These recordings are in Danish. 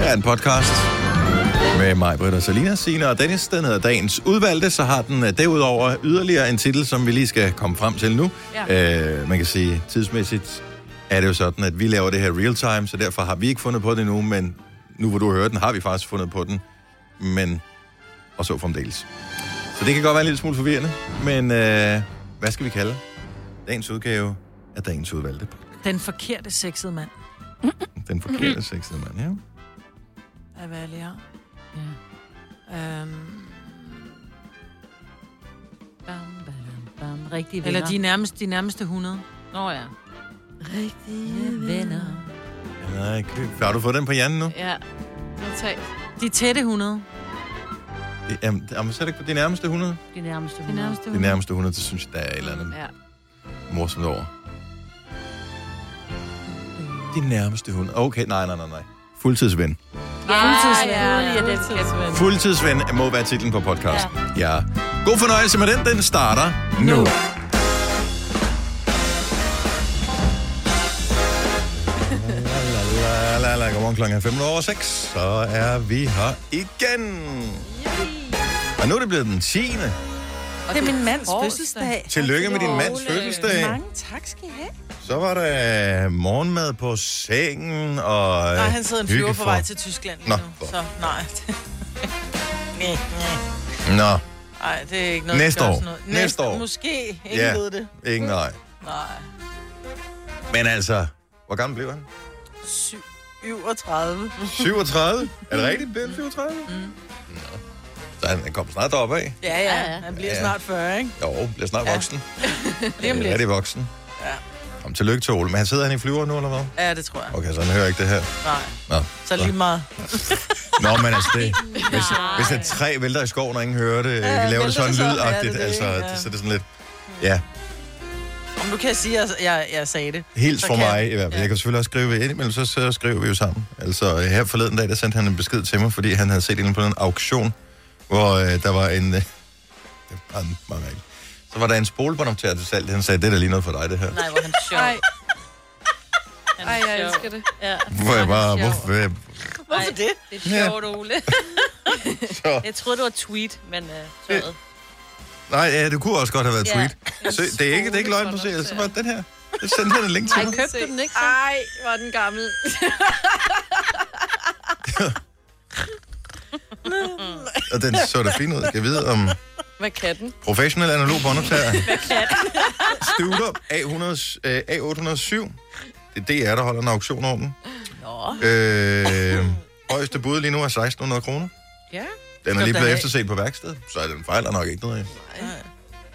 er en podcast med mig, Britt og Salina, Signe og Dennis. Den hedder Dagens Udvalgte, så har den øh, derudover yderligere en titel, som vi lige skal komme frem til nu. Ja. Øh, man kan sige, tidsmæssigt er det jo sådan, at vi laver det her real time, så derfor har vi ikke fundet på det nu, men nu hvor du hører den, har vi faktisk fundet på den, men og så fremdeles. Så det kan godt være en lille smule forvirrende, men øh, hvad skal vi kalde dagens udgave af dagens udvalgte? Den forkerte sexede mand. Den forkerte sexede mand, ja. Af hvad jeg lige har. Ja. Øhm, Bam, bam, bam. Rigtige venner. eller de, nærmest, de nærmeste 100. Nå ja. Rigtige venner. Nej, køb- har du fået den på hjernen nu? Ja, totalt. De tætte 100. Det, jamen, det- jamen, så er det ikke på de nærmeste 100? De nærmeste De venner. nærmeste De 100. nærmeste 100, det synes jeg, der er et eller andet Ja. morsomt over. De nærmeste 100. Okay, nej, nej, nej, nej. Fuldtidsven. Fuldtidsven. Ah, ja, den fuldtidsven. Fuldtidsven må være titlen på podcasten. Ja. ja. God fornøjelse med den. Den starter nu. nu. La, la, la. Godmorgen klokken er 5 over 6. Så er vi her igen. Og nu er det blevet den 10. Det er min mands fødselsdag. Tillykke med din mands Ole. fødselsdag. Mange tak skal I have. Så var der øh, morgenmad på sengen, og... Nej, han sidder en hygge flyver på for- vej til Tyskland lige Nå, nu. for- Så nej. Næ, næ. Nå, Nej, det er ikke noget, Næste der gør år. sådan noget. Næste Næste, år. Måske. Ingen Ja. ved det. ikke nej. Nej. Men altså, hvor gammel blev han? 37. 37? er det rigtigt, blev han 37? Mm. Nå. Så han, han kom snart deroppe af. Ja, Ja, ja. ja. Han bliver Ja. snart 40, ikke? Jo, bliver snart Ja. voksen. Lige om Ja. Er lidt. det voksen? Ja. Kom, tillykke til Ole. Men han sidder han i flyver nu, eller hvad? Ja, det tror jeg. Okay, så han hører ikke det her. Nej. Nå, Så lige meget. Nå men altså, det, hvis, hvis der er tre vælter i skoven, og ingen hører det, ja, vi vælter laver det sådan det så? lydagtigt, Ja, det er det, altså, ikke? Ja. det, så er det sådan lidt... Ja, Om du kan jeg sige, at jeg, jeg, jeg sagde det. Helt Så for kan- mig i hvert fald. ja. Jeg kan selvfølgelig også skrive ind, men så, så skriver vi jo sammen. Altså her forleden dag, der sendte han en besked til mig, fordi han havde set en på en auktion, hvor øh, der var en... Øh, det var en mange af dem. så var der en spolebåndoptager til salg. Han sagde, det er da lige noget for dig, det her. Nej, hvor er han sjov. Ej, Han ej, jeg sjov. elsker det. Ja. Hvor jeg bare, sjov. hvorfor, øh, Hvorfor Ej. det? Det er sjovt, Ole. jeg troede, det var tweet, men uh, tøjet. nej, ja, det kunne også godt have været Ja. tweet. Så, det, er ikke, det er ikke løgn på serien, så var det den her. Jeg sendte han en link til Ej, mig. købte du den ikke så? Ej, var den gammel. Og den så da fin ud. Jeg ved om Hvad kan den? professionel analog båndoptager. Studer A100, øh, A807. Det er DR, der holder en auktion over den. Nå. Øh, højeste bud lige nu er 1600 kroner. Ja. Den er Som lige der blevet er- efterset på værksted, så den fejler nok ikke noget. af.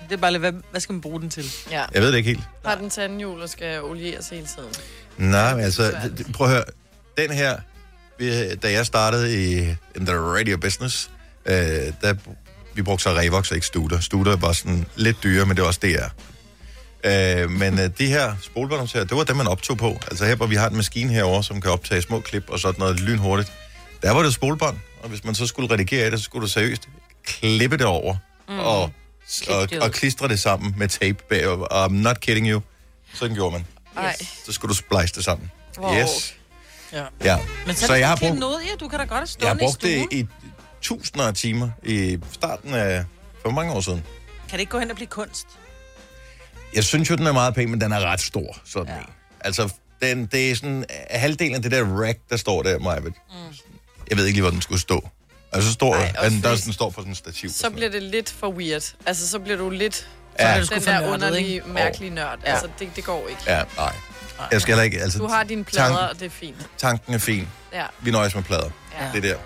Det er bare lidt, hvad, hvad skal man bruge den til? Ja. Jeg ved det ikke helt. Har den tandhjul og skal olieres hele tiden. Nej, men altså, d- d- prøv at høre. Den her, vi, da jeg startede i in the radio business, øh, der, vi brugte så Revox og ikke Studer. Studer var sådan lidt dyre, men det var også DR. Øh, men øh, de her spolebåndoptager, det var dem, man optog på. Altså her, hvor vi har en maskine herovre, som kan optage små klip og sådan noget lynhurtigt. Der var det spolebånd, og hvis man så skulle redigere i det, så skulle du seriøst klippe det over mm. og, og, Klip det ud. og klistre det sammen med tape bagover. I'm not kidding you. Sådan gjorde man Ej, så skulle du splice det sammen. Wow. Yes. Ja. ja. Men så, så jeg har brugt, noget, ja, du kan da godt have jeg har stående i stuen. brugt det i tusinder af timer i starten af for mange år siden. Kan det ikke gå hen og blive kunst? Jeg synes jo, den er meget pæn, men den er ret stor, sådan ja. en. Altså, den, det er sådan øh, halvdelen af det der rack, der står der, Maja. Mm. Jeg ved ikke lige, hvor den skulle stå. Altså, så står, Ej, Ej, også den, der, fordi- den står for sådan en stativ. og så sådan bliver det lidt for weird. Altså, så bliver du lidt noget. ja, det- den sgu for der nørdet, underlige, mærkelige nørd. Ja. Altså, det, det går ikke. ja, nej. Jeg skal heller ikke, altså, Du har dine plader, og det er fint. tank- tanken er fin. Ja, Vi nøjes med plader. Ja. Det er der,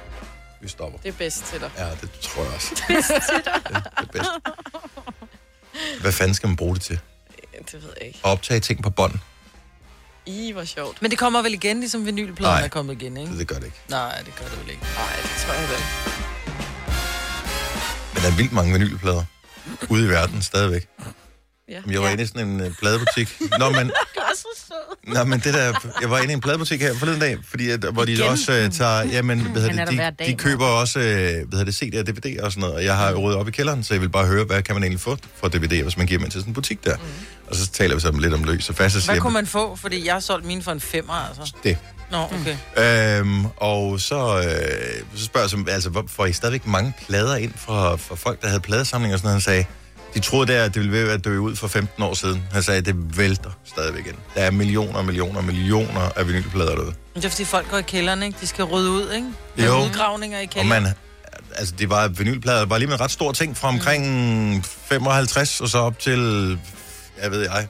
vi stopper. det er bedst til dig. Ja, det tror jeg også. det er bedst. Hvad fanden skal man bruge det til? Det ved jeg ikke. At optage ting på bånd? I, hvor sjovt. Men det kommer vel igen, ligesom vinylpladen Nej. er kommet igen, ikke? Det, det gør det ikke. Nej, det gør det vel ikke. Nej, det tror jeg da. ikke. Men der er vildt mange vinylplader ude i verden stadigvæk. Ja. Jeg var ja. inde i sådan en øh, pladebutik. Nå, men, nå, men det der, jeg var inde i en pladebutik her forleden dag, fordi at, hvor de Igen? også øh, tager, jamen, hvad Han er der hedder det, hver de, dag, de køber også, øh, hvad hedder det, CD'er og DVD'er og sådan noget, og jeg har ryddet op i kælderen, så jeg vil bare høre, hvad kan man egentlig få for DVD'er, hvis man giver dem ind til sådan en butik der. Og så taler vi sammen lidt om løs og fast, og siger, Hvad jeg, kunne man få? Fordi jeg har solgt mine for en femmer, altså. det. Nå, okay. Øhm, og så, øh, så spørger jeg, som- altså, hvor, får I stadigvæk mange plader ind fra, fra folk, der havde pladesamlinger og sådan noget? Han sagde, de troede der, at det ville være at dø ud for 15 år siden. Han sagde, det vælter stadigvæk ind. Der er millioner og millioner og millioner af vinylplader derude. Men det er fordi folk går i kælderen, ikke? De skal rydde ud, ikke? Der er Jo. Udgravninger i Og kælderen. man, altså, det var vinylplader, var lige med en ret stor ting fra omkring 55 og så op til, jeg ved jeg,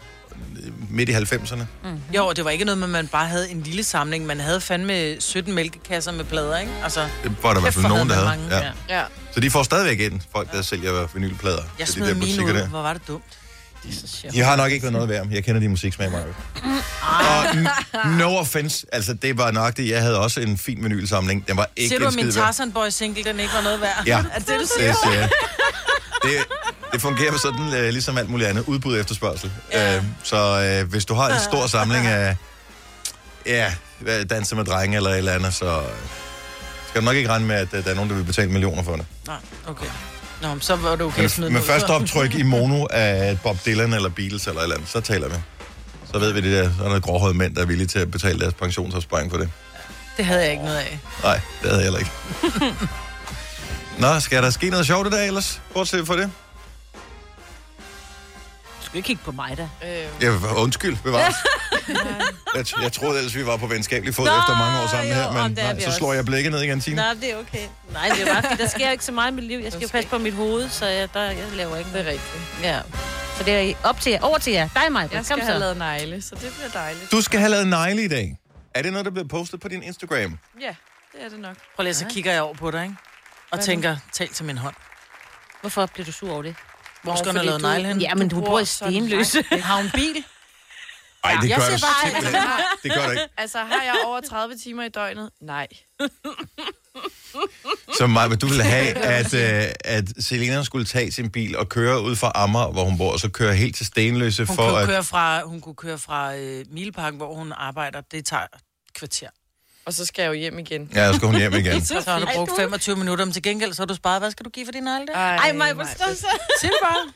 midt i 90'erne. Mm-hmm. Jo, og det var ikke noget med, at man bare havde en lille samling. Man havde fandme 17 mælkekasser med plader, ikke? Altså, Det var der i hvert kæft, fald hvor nogen, der man havde. mange. Ja. Ja. Så de får stadigvæk ind, folk, der sælger vinylplader. Jeg til de der smed mine butikker ud. der. Hvor var det dumt. De har nok ikke været noget værd. Jeg kender de musiksmag meget. Ah. Og n- no offense. Altså, det var nok det. Jeg havde også en fin vinylsamling. Den var ikke Ser du, en at min skid værd. Tarzan Boy single, den ikke var noget værd? Ja. Er det det, du siger? Det, siger jeg. det, det fungerer sådan, øh, ligesom alt muligt andet. Udbud og efterspørgsel. Ja. Øh, så øh, hvis du har en stor samling af ja, hvad, danser med drenge eller et eller andet, så øh, skal du nok ikke regne med, at øh, der er nogen, der vil betale millioner for det. Nej, okay. Nå, men så var det okay at smide Men, men den ud. første optryk i mono af Bob Dylan eller Beatles eller et eller andet, så taler vi. Så ved vi det der, så er der gråhøjde mænd, der er villige til at betale deres pensionsopsparing for det. Det havde jeg ikke noget af. Nej, det havde jeg heller ikke. Nå, skal der ske noget sjovt i dag ellers? Bortset for det. Du skal ikke kigge på mig, da. Øh, Ja, undskyld, bevares. Jeg, t- jeg troede ellers, vi var på venskabelig fod Nå, efter mange år sammen jo, her, om men det er nej, vi så også. slår jeg blikket ned igen, Signe. Nej, det er okay. Nej, det er bare, fordi der sker ikke så meget i mit liv. Jeg skal jo passe på mit hoved, så jeg, der, jeg laver ikke det noget. er rigtigt. Ja. Så det er op til jer. Over til jer. Dig, mig. Jeg skal have lavet negle, så det bliver dejligt. Du skal have lavet negle i dag. Er det noget, der bliver postet på din Instagram? Ja, det er det nok. Prøv lige, så kigger jeg over på dig, ikke? Og tænker, tal til min hånd. Hvorfor bliver du sur over det? Hvor skal hun have fordi lavet du- negle henne? Ja, men du, bor bor i sådan Stenløse. Har hun bil? Nej, det Jeg gør siger du bare- simpelthen. Det gør du ikke. Altså, har jeg over 30 timer i døgnet? Nej. Så Maja, du ville have, at, øh, at Selena skulle tage sin bil og køre ud fra Amager, hvor hun bor, og så køre helt til Stenløse Hun, for kunne, at... køre fra, hun kunne køre fra øh, Mileparken, hvor hun arbejder. Det tager et kvarter. Og så skal jeg jo hjem igen. Ja, så skal hun hjem igen. Så har du Ej, brugt du- 25 minutter, men til gengæld så har du sparet. Hvad skal du give for din negle? der? Ej, mig, hvor Maj-Brit. så? Sig det bare.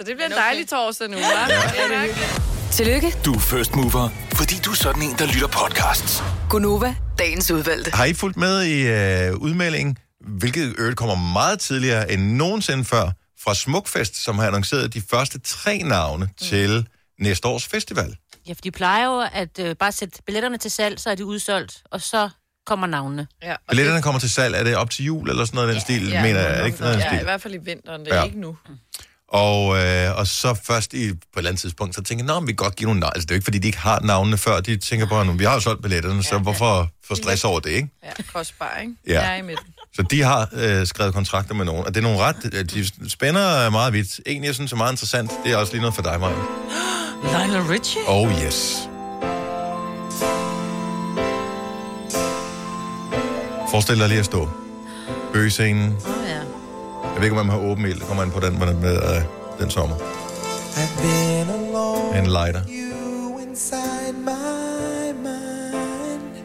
Så det bliver en dejlig torsdag nu, hva'? Ja. Tillykke, Du er first mover, fordi du er sådan en, der lytter podcasts. Gunova, dagens udvalgte. Har I fulgt med i øh, udmeldingen, hvilket i øvrigt kommer meget tidligere end nogensinde før, fra Smukfest, som har annonceret de første tre navne mm. til næste års festival. Ja, for de plejer jo at øh, bare sætte billetterne til salg, så er de udsolgt, og så kommer navnene. Ja, og det- Billetterne kommer til salg, er det op til jul eller sådan noget af den stil, ja, mener jeg, er det ikke sådan noget af den Ja, i stil? hvert fald i vinteren. Det er Ja. ja. ikke nu. Og, øh, og så først i, på et eller andet tidspunkt, så tænker jeg, nå, men vi kan godt give nogle navne. Altså, det er jo ikke, fordi de ikke har navnene før. De tænker bare, nu, vi har jo solgt billetterne, så hvorfor få stress over det, ikke? Ja, kostbar, ikke? Ja. Jeg er i midten. Så de har øh, skrevet kontrakter med nogen, og det er nogle ret, øh, de spænder meget vidt. En, jeg synes er meget interessant, det er også lige noget for dig, Maja. Lionel Richie? Oh yes. Forestil dig lige at stå. Bøgescenen. Oh, ja. Jeg ved ikke, om man har åben ild. Det kommer an på den, hvordan med øh, den sommer. En lighter. inside my mind.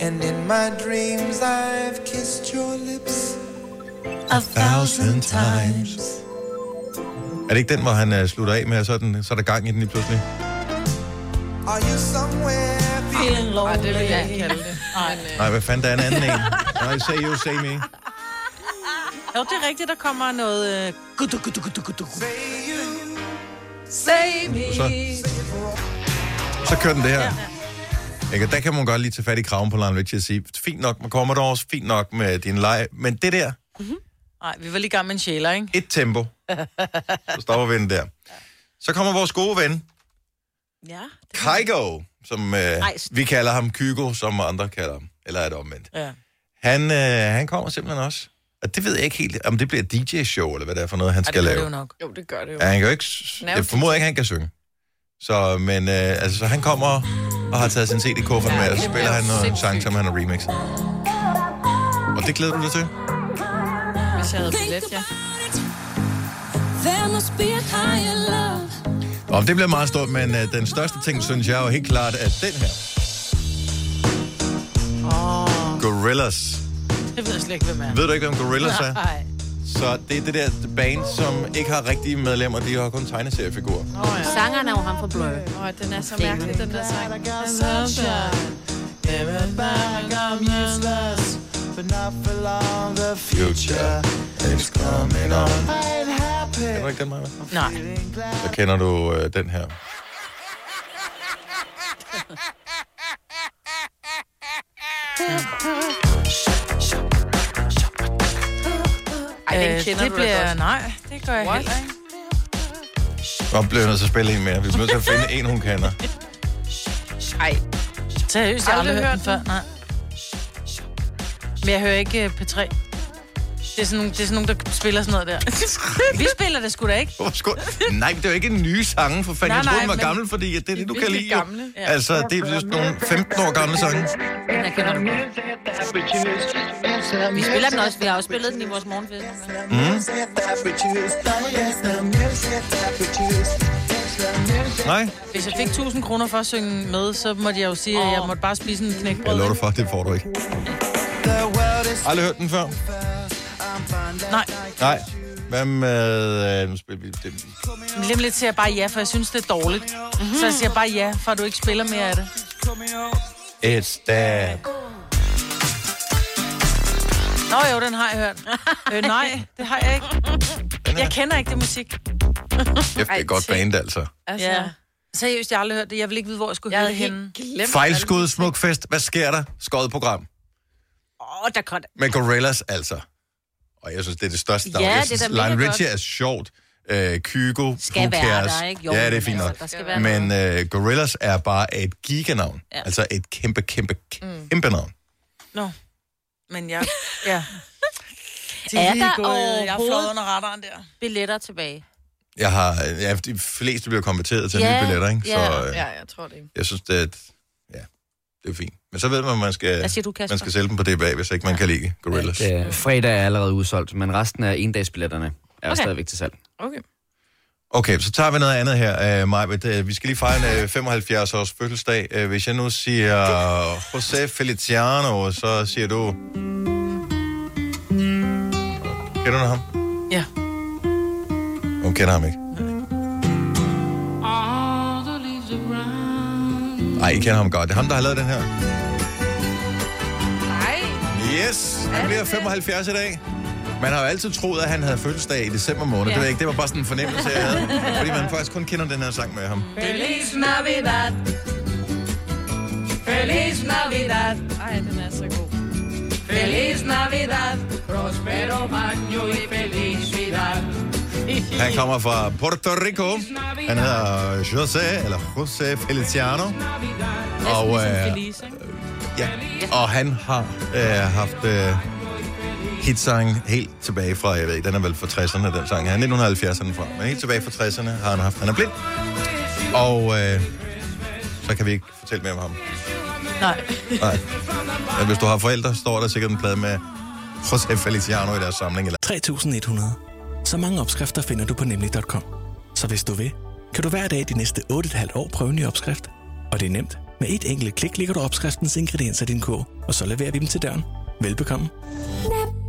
And in my dreams, I've kissed your lips. A thousand times. Er det ikke den, hvor han øh, slutter af med, og så er, den, så er der gang i den lige pludselig? Are you somewhere? Feeling Ej, det vil lonely. jeg ikke kalde det. Nej, hvad fanden, der er en anden en. Nej, say you, say me. Jo, det er rigtigt, der kommer noget... Øh, gudu, gudu, gudu, gudu. Så, så kører den det her. Ikke? Og der kan man godt lige tage fat i kraven på Lionel Richie og sige, fint nok med Commodores, fint nok med din leg, men det der, Nej, vi var lige i gang med en sjæler, ikke? et tempo. Så stopper vi den der. Så kommer vores gode ven, Ja. Kygo, som øh, vi kalder ham Kygo, som andre kalder ham. Eller er det omvendt? Ja. Han, øh, han kommer simpelthen også. Og det ved jeg ikke helt, om det bliver et DJ-show, eller hvad det er for noget, han Ej, skal det lave. var det jo nok. Jo, det gør det jo. Ja, han kan jo ikke... s- Nerve- Jeg formoder ikke, han kan synge. Så, men, øh, altså, så han kommer og har taget sin CD-kuffert med, og så spiller han noget sang, som han har remixet. Og det glæder du dig til? Hvis jeg havde billet, ja. There must be a higher love. Og det bliver meget stort, men øh, den største ting, synes jeg jo helt klart, er den her. Oh. Gorillas. Det ved jeg slet ikke, hvem er. Ved du ikke, hvem Gorillas er? Nej. Så det er det der band, som ikke har rigtige medlemmer, de har kun tegneseriefigurer. Åh, ja. Sangeren er jo ham fra Blur. Åh, den er så mærkelig, den der sang. Future is coming on. Kender du ikke den, Maja? Nej. Så kender du øh, den her. Ej, den Øh, kender det du da bliver, godt. Nej, det gør jeg What? heller ikke. Nå, bliver jeg nødt til at spille en mere. Vi bliver nødt til at finde en, hun kender. Ej, Seriøst, jeg har Aldrig aldrig hørt den hørt før. Nej. Men jeg hører ikke øh, P3. Det er, sådan, nogle- det er sådan nogen, der spiller sådan noget der. Vi spiller det sgu da ikke. Hvorfor skulle... Nej, men det er jo ikke en ny sange, for fanden. Nej, Jeg troede, nej, den var men- gammel, fordi at det er det, du kan virkelig lide. jo. gamle. Ja. Altså, det er jo sådan nogle 15 år gamle sange. Den her kender du godt. Vi spiller den også. Vi har også spillet den i vores morgenfest. Mm. Nej, Hvis jeg fik 1000 kroner for at synge med, så måtte jeg jo sige, at jeg måtte bare spise en knækbrød. jeg lover dig ikke? for, det får du ikke. Aldrig hørt den før? Nej, Nej. Hvad med... Øh, nu spiller vi det. men lige om lidt siger jeg bare ja, for jeg synes, det er dårligt. Mhm. Mm-hmm. Så jeg siger bare ja, for at du ikke spiller mere af det. It's that. Nå jo, den har jeg hørt. øh, nej, det har jeg ikke. Jeg kender ikke det musik. Kæft, det er et godt band, altså. altså. Ja. Seriøst, jeg har aldrig hørt det. Jeg vil ikke vide, hvor jeg skulle Jeg høre havde det henne. helt glemt. Fejlskud, smukfest. Hvad sker der? Skåret program. Åh, oh, der kom Med Gorillaz, altså. Og jeg synes, det er det største navn. Ja, jeg det er synes, da mega Lionel godt. Richie er sjovt. Øh, Kygo, skal who være cares? der, ikke? ja, det er men fint nok. Altså, der skal være Men noget. øh, Gorillaz er bare et giganavn. Ja. Ja. Mm. Altså et kæmpe, kæmpe, kæmpe navn. Nå, men jeg... Ja. Er der Jeg har flået overhovedet- under radaren der. billetter tilbage. Jeg har, ja, de fleste bliver konverteret til Ja, nye billetter, ikke? Så ja, øh, Ja, jeg tror det. jeg synes, det er, et- ja, det er fint. Men så ved man, at man Hvad skal, siger du, Kasper? man skal sælge dem på DBA, hvis ikke man kan lide Gorillaz. At, øh, fredag er allerede udsolgt, men resten af endagsbilletterne er okay. Okay. stadigvæk til salg. Okay. Okay, så tager vi noget andet her, uh, Majbet. Uh, vi skal lige fejre en uh, 75-års fødselsdag. Uh, hvis jeg nu siger José Feliciano, så siger du... Kender du ham? Ja. Hun kender ham ikke. Nej, I kender ham godt. Det er ham, der har lavet den her. Nej. Yes, han bliver 75 i dag. Man har jo altid troet, at han havde fødselsdag i december måned. Ja. Det, ved jeg ikke, det var bare sådan en fornemmelse, jeg havde. Fordi man faktisk kun kender den her sang med ham. Feliz Navidad. Feliz Navidad. Ej, den er så god. Feliz Navidad. Prospero año y felicidad. Han kommer fra Puerto Rico. Han hedder José, eller José Feliciano. Og, øh, ja. og han har øh, haft øh, hitsang helt tilbage fra, jeg ved ikke, den er vel fra 60'erne, den sang her. 1970'erne fra, men helt tilbage fra 60'erne har han haft. Han er blind. Og øh, så kan vi ikke fortælle mere om ham. Nej. Nej. Men hvis du har forældre, står der sikkert en plade med José Feliciano i deres samling. Eller... 3100. Så mange opskrifter finder du på nemlig.com. Så hvis du vil, kan du hver dag de næste 8,5 år prøve en ny opskrift. Og det er nemt. Med et enkelt klik ligger du opskriftens ingredienser i din kog, og så leverer vi dem til døren. Velbekomme.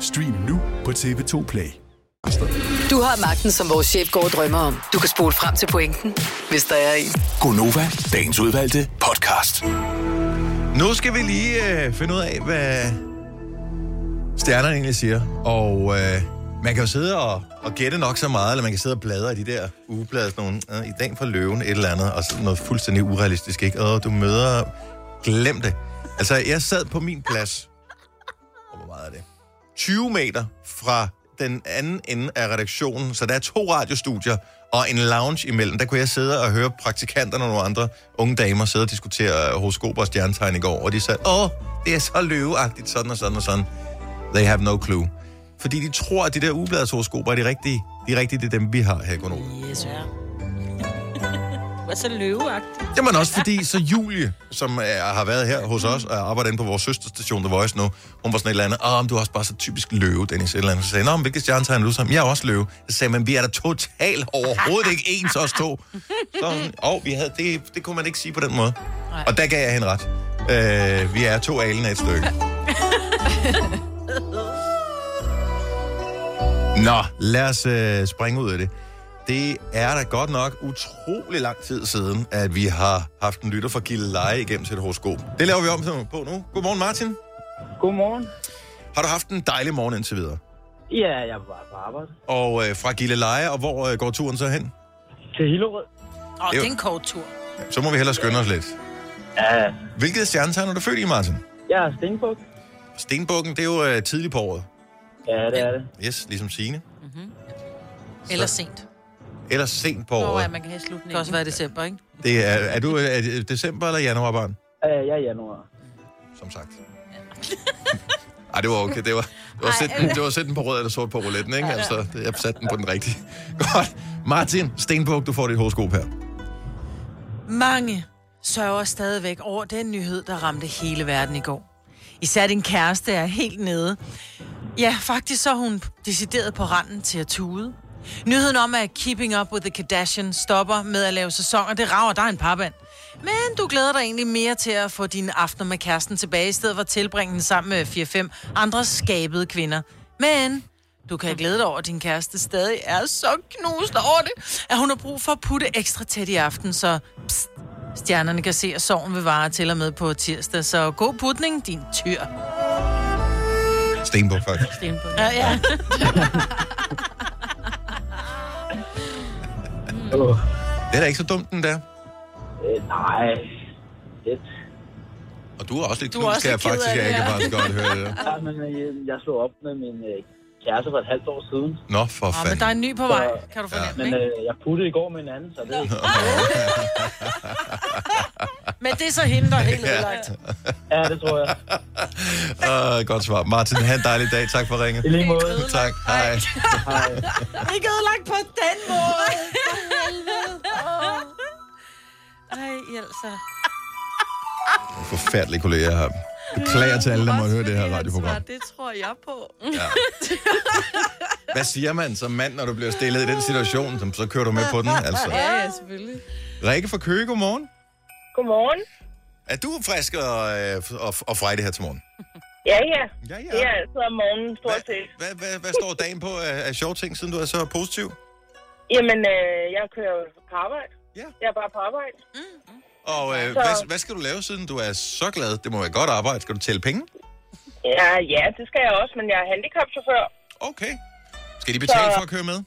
Stream nu på TV2 Play. Du har magten, som vores chef går og drømmer om. Du kan spole frem til pointen, hvis der er en. Gonova. Dagens udvalgte podcast. Nu skal vi lige øh, finde ud af, hvad stjernerne egentlig siger. Og øh, Man kan jo sidde og, og gætte nok så meget, eller man kan sidde og bladre i de der ugeblade, sådan nogle, øh, i dag for løven, et eller andet, og sådan noget fuldstændig urealistisk, ikke? Og du møder... Glem det. Altså, jeg sad på min plads. Og hvor meget er det? 20 meter fra den anden ende af redaktionen, så der er to radiostudier og en lounge imellem. Der kunne jeg sidde og høre praktikanterne og nogle andre unge damer sidde og diskutere øh, horoskoper og stjernetegn i går, og de sagde, åh, det er så løveagtigt, sådan og sådan og sådan. They have no clue. Fordi de tror, at de der ugebladshoroskoper er de rigtige. De er rigtige, det er dem, vi har her i Konoba. Yes, ja. Hvad så løveagtigt? Jamen også fordi, så Julie, som er, har været her hos os og arbejder inde på vores søsterstation The Voice nu, hun var sådan et eller andet, åh, men du er også bare så typisk løve, Dennis, et eller andet. Så sagde jeg, nå, men hvilket stjernetegn er du som? Jeg er også løve. Så sagde jeg, men vi er da totalt overhovedet ikke ens, os to. Så hun, åh, vi havde, det, det kunne man ikke sige på den måde. Nej. Og der gav jeg hende ret. Øh, vi er to alen af et stykke. Nå, lad os øh, springe ud af det. Det er da godt nok utrolig lang tid siden, at vi har haft en lytter fra Gilleleje igennem til et horoskop. Det laver vi om til- på nu. Godmorgen, Martin. Godmorgen. Har du haft en dejlig morgen indtil videre? Ja, jeg var på arbejde. Og øh, fra Gilleleje, og hvor øh, går turen så hen? Til Hillerød. Åh, oh, det er en kort tur. Så må vi hellere skynde os lidt. Ja. Hvilket stjernetegn er du født i, Martin? Jeg er Stenbuk. Stenbukken, det er jo øh, tidligt på året. Ja, det er det. Yes, ligesom Signe. Eller sent. Eller sent på Nå, ja, året. man kan have slutningen. Det kan også være i december, ikke? Det er, er du øh, er det december eller januar, barn? Øh, jeg er januar. som sagt. Ej, det var okay. Det var, det var, sæt, den, det var sæt den på rød eller sort på rouletten, ikke? Altså, det- jeg satte den på den rigtige. Godt. Martin Stenbuk, du får dit horoskop her. Mange sørger stadigvæk over den nyhed, der ramte hele verden i går. Især din kæreste er helt nede. Ja, faktisk så er hun decideret på randen til at tude. Nyheden om, at Keeping Up with the Kardashians stopper med at lave sæsoner, det rager dig en parband. Men du glæder dig egentlig mere til at få dine aftener med kæresten tilbage, i stedet for at tilbringe den sammen med 4-5 andre skabede kvinder. Men du kan glæde dig over, at din kæreste stadig er så knust over det, at hun har brug for at putte ekstra tæt i aften, så pst, stjernerne kan se, at sorgen vil vare til og med på tirsdag. Så god putning, din tyr. Stenbuk, faktisk. Stenbuk. Ja, ja. Det er da ikke så dumt, den der. Øh, nej. Det. Og du er også lidt Du er knust, også kan jeg lidt ked faktisk, af det, jeg kan ja. faktisk godt høre det. Ja, men øh, jeg slog op med min øh, kæreste for et halvt år siden. Nå, for Nå, men fanden. der er en ny på vej, kan du fornemme, Men ikke? øh, jeg puttede i går med en anden, så det er ikke... Men det er så hende, der er helt Ja. ødelagt. Ja, det tror jeg. Uh, godt svar. Martin, have en dejlig dag. Tak for ringet. I lige måde. Tak. Hej. Ikke ødelagt på den måde. For helvede. Ej, altså. Forfærdelige kolleger her. Beklager til alle, der måtte høre det her radioprogram. det tror jeg på. Ja. Hvad siger man som mand, når du bliver stillet i den situation? som Så kører du med på den, altså. Ja, ja, selvfølgelig. Rikke fra Køge, godmorgen. Godmorgen. Er du frisk og, øh, og, og frejdig her til morgen? Ja, ja. ja, ja. Det er altid om morgenen, stort set. Hvad, hvad, hvad står dagen på af, af sjove ting, siden du er så positiv? Jamen, øh, jeg kører jo på arbejde. Ja. Jeg er bare på arbejde. Mm. Og øh, Så- hvad, hvad skal du lave, siden du er så glad? Det må være godt arbejde. Skal du tælle penge? Ja, ja, det skal jeg også, men jeg er handicapchauffør. Okay. Skal de betale Så- for at køre med?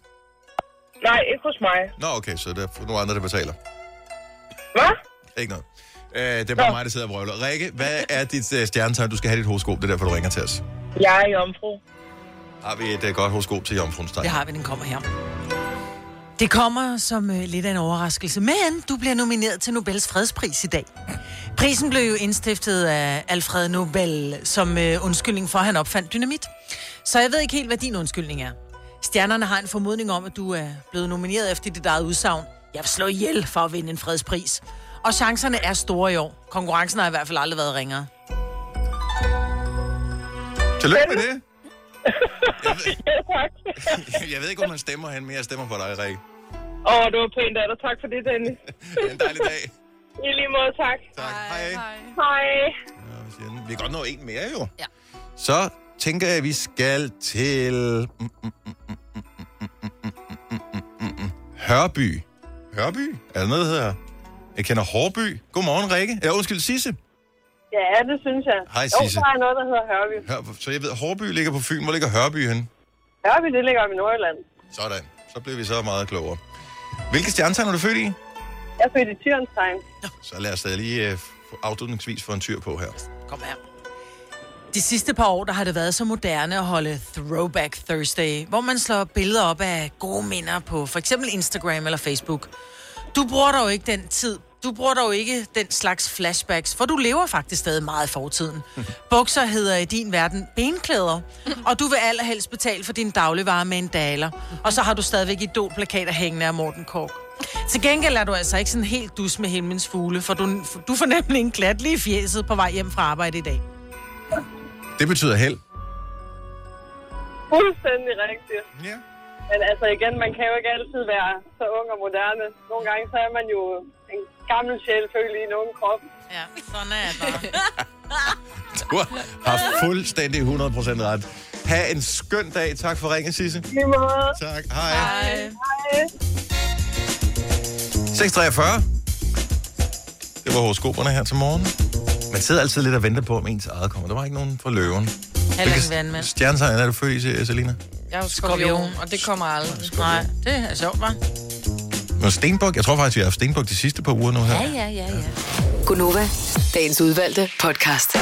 Nej, ikke hos mig. Nå, okay, så der er nogle andre, der betaler. Hvad? Ikke noget. Øh, det er bare mig, der sidder og brøvler. Rikke, hvad er dit øh, stjernetegn? Du skal have dit horoskop. Det er derfor, du ringer til os. Jeg er jomfru. Har vi et øh, godt horoskop til Jomfruens tegn? Det har vi, den kommer her. Det kommer som øh, lidt af en overraskelse, men du bliver nomineret til Nobels fredspris i dag. Prisen blev jo indstiftet af Alfred Nobel som øh, undskyldning for, at han opfandt dynamit. Så jeg ved ikke helt, hvad din undskyldning er. Stjernerne har en formodning om, at du er blevet nomineret efter dit eget udsagn. Jeg vil slå ihjel for at vinde en fredspris. Og chancerne er store i år. Konkurrencen har i hvert fald aldrig været ringere. Tillykke med det. Jeg ved, jeg ved ikke, hvor man stemmer hen, men jeg stemmer på dig, Rikke. Åh, det var pænt af dig. Tak for det, Dennis. en dejlig dag. I lige måde, tak. Tak. Hej. Hej. Hej. Vi kan godt nå en mere, jo. Ja. Så tænker jeg, at vi skal til... mm, mm, mm, mm, mm, mm, mm, mm, mm, mm, mm. Hørby. Hørby? Er der noget, der hedder? Jeg kender Hårby. Godmorgen, Rikke. Ja, undskyld, Sisse. Ja, det synes jeg. Hej, Jo, Sisse. der er noget, der hedder Hørby. Hør, så jeg ved, Hårby ligger på Fyn. Hvor ligger Hørby henne? Hørby, det ligger oppe i Nordjylland. Sådan. Så blev vi så meget klogere. Hvilke stjernetegn er du født i? Jeg er født i Tyrenstein. Så lad os da lige øh, få- afslutningsvis få en tyr på her. Kom her. De sidste par år, der har det været så moderne at holde Throwback Thursday, hvor man slår billeder op af gode minder på for eksempel Instagram eller Facebook. Du bruger dog ikke den tid, du bruger dog ikke den slags flashbacks, for du lever faktisk stadig meget i fortiden. Bukser hedder i din verden benklæder, og du vil allerhelst betale for din dagligvarer med en daler. Og så har du stadigvæk idolplakater hængende af Morten Kork. Til gengæld er du altså ikke sådan helt dus med himlens fugle, for du, du får nemlig en glat lige i fjeset på vej hjem fra arbejde i dag. Det betyder held. Fuldstændig rigtigt. Ja. Men altså igen, man kan jo ikke altid være så ung og moderne. Nogle gange så er man jo en gammel sjæl følt i en ung krop. Ja, sådan er det bare. Du har fuldstændig 100% ret. Ha' en skøn dag. Tak for ringen, Sisse. Lige måde. Tak. Hej. Hej. Hej. 643. Det var horoskoperne her til morgen. Man sidder altid lidt og venter på, om ens eget kommer. Der var ikke nogen fra løven. Heller ikke Hvilke vandmand. Stjernetegn er du født i, Selina? Jeg er jo skorpion, og det kommer aldrig. Nej, det er sjovt, hva'? Nå, Stenbuk. Jeg tror faktisk, vi har haft Stenbuk de sidste par uger nu her. Ja, ja, ja, ja. Gunova, dagens udvalgte podcast.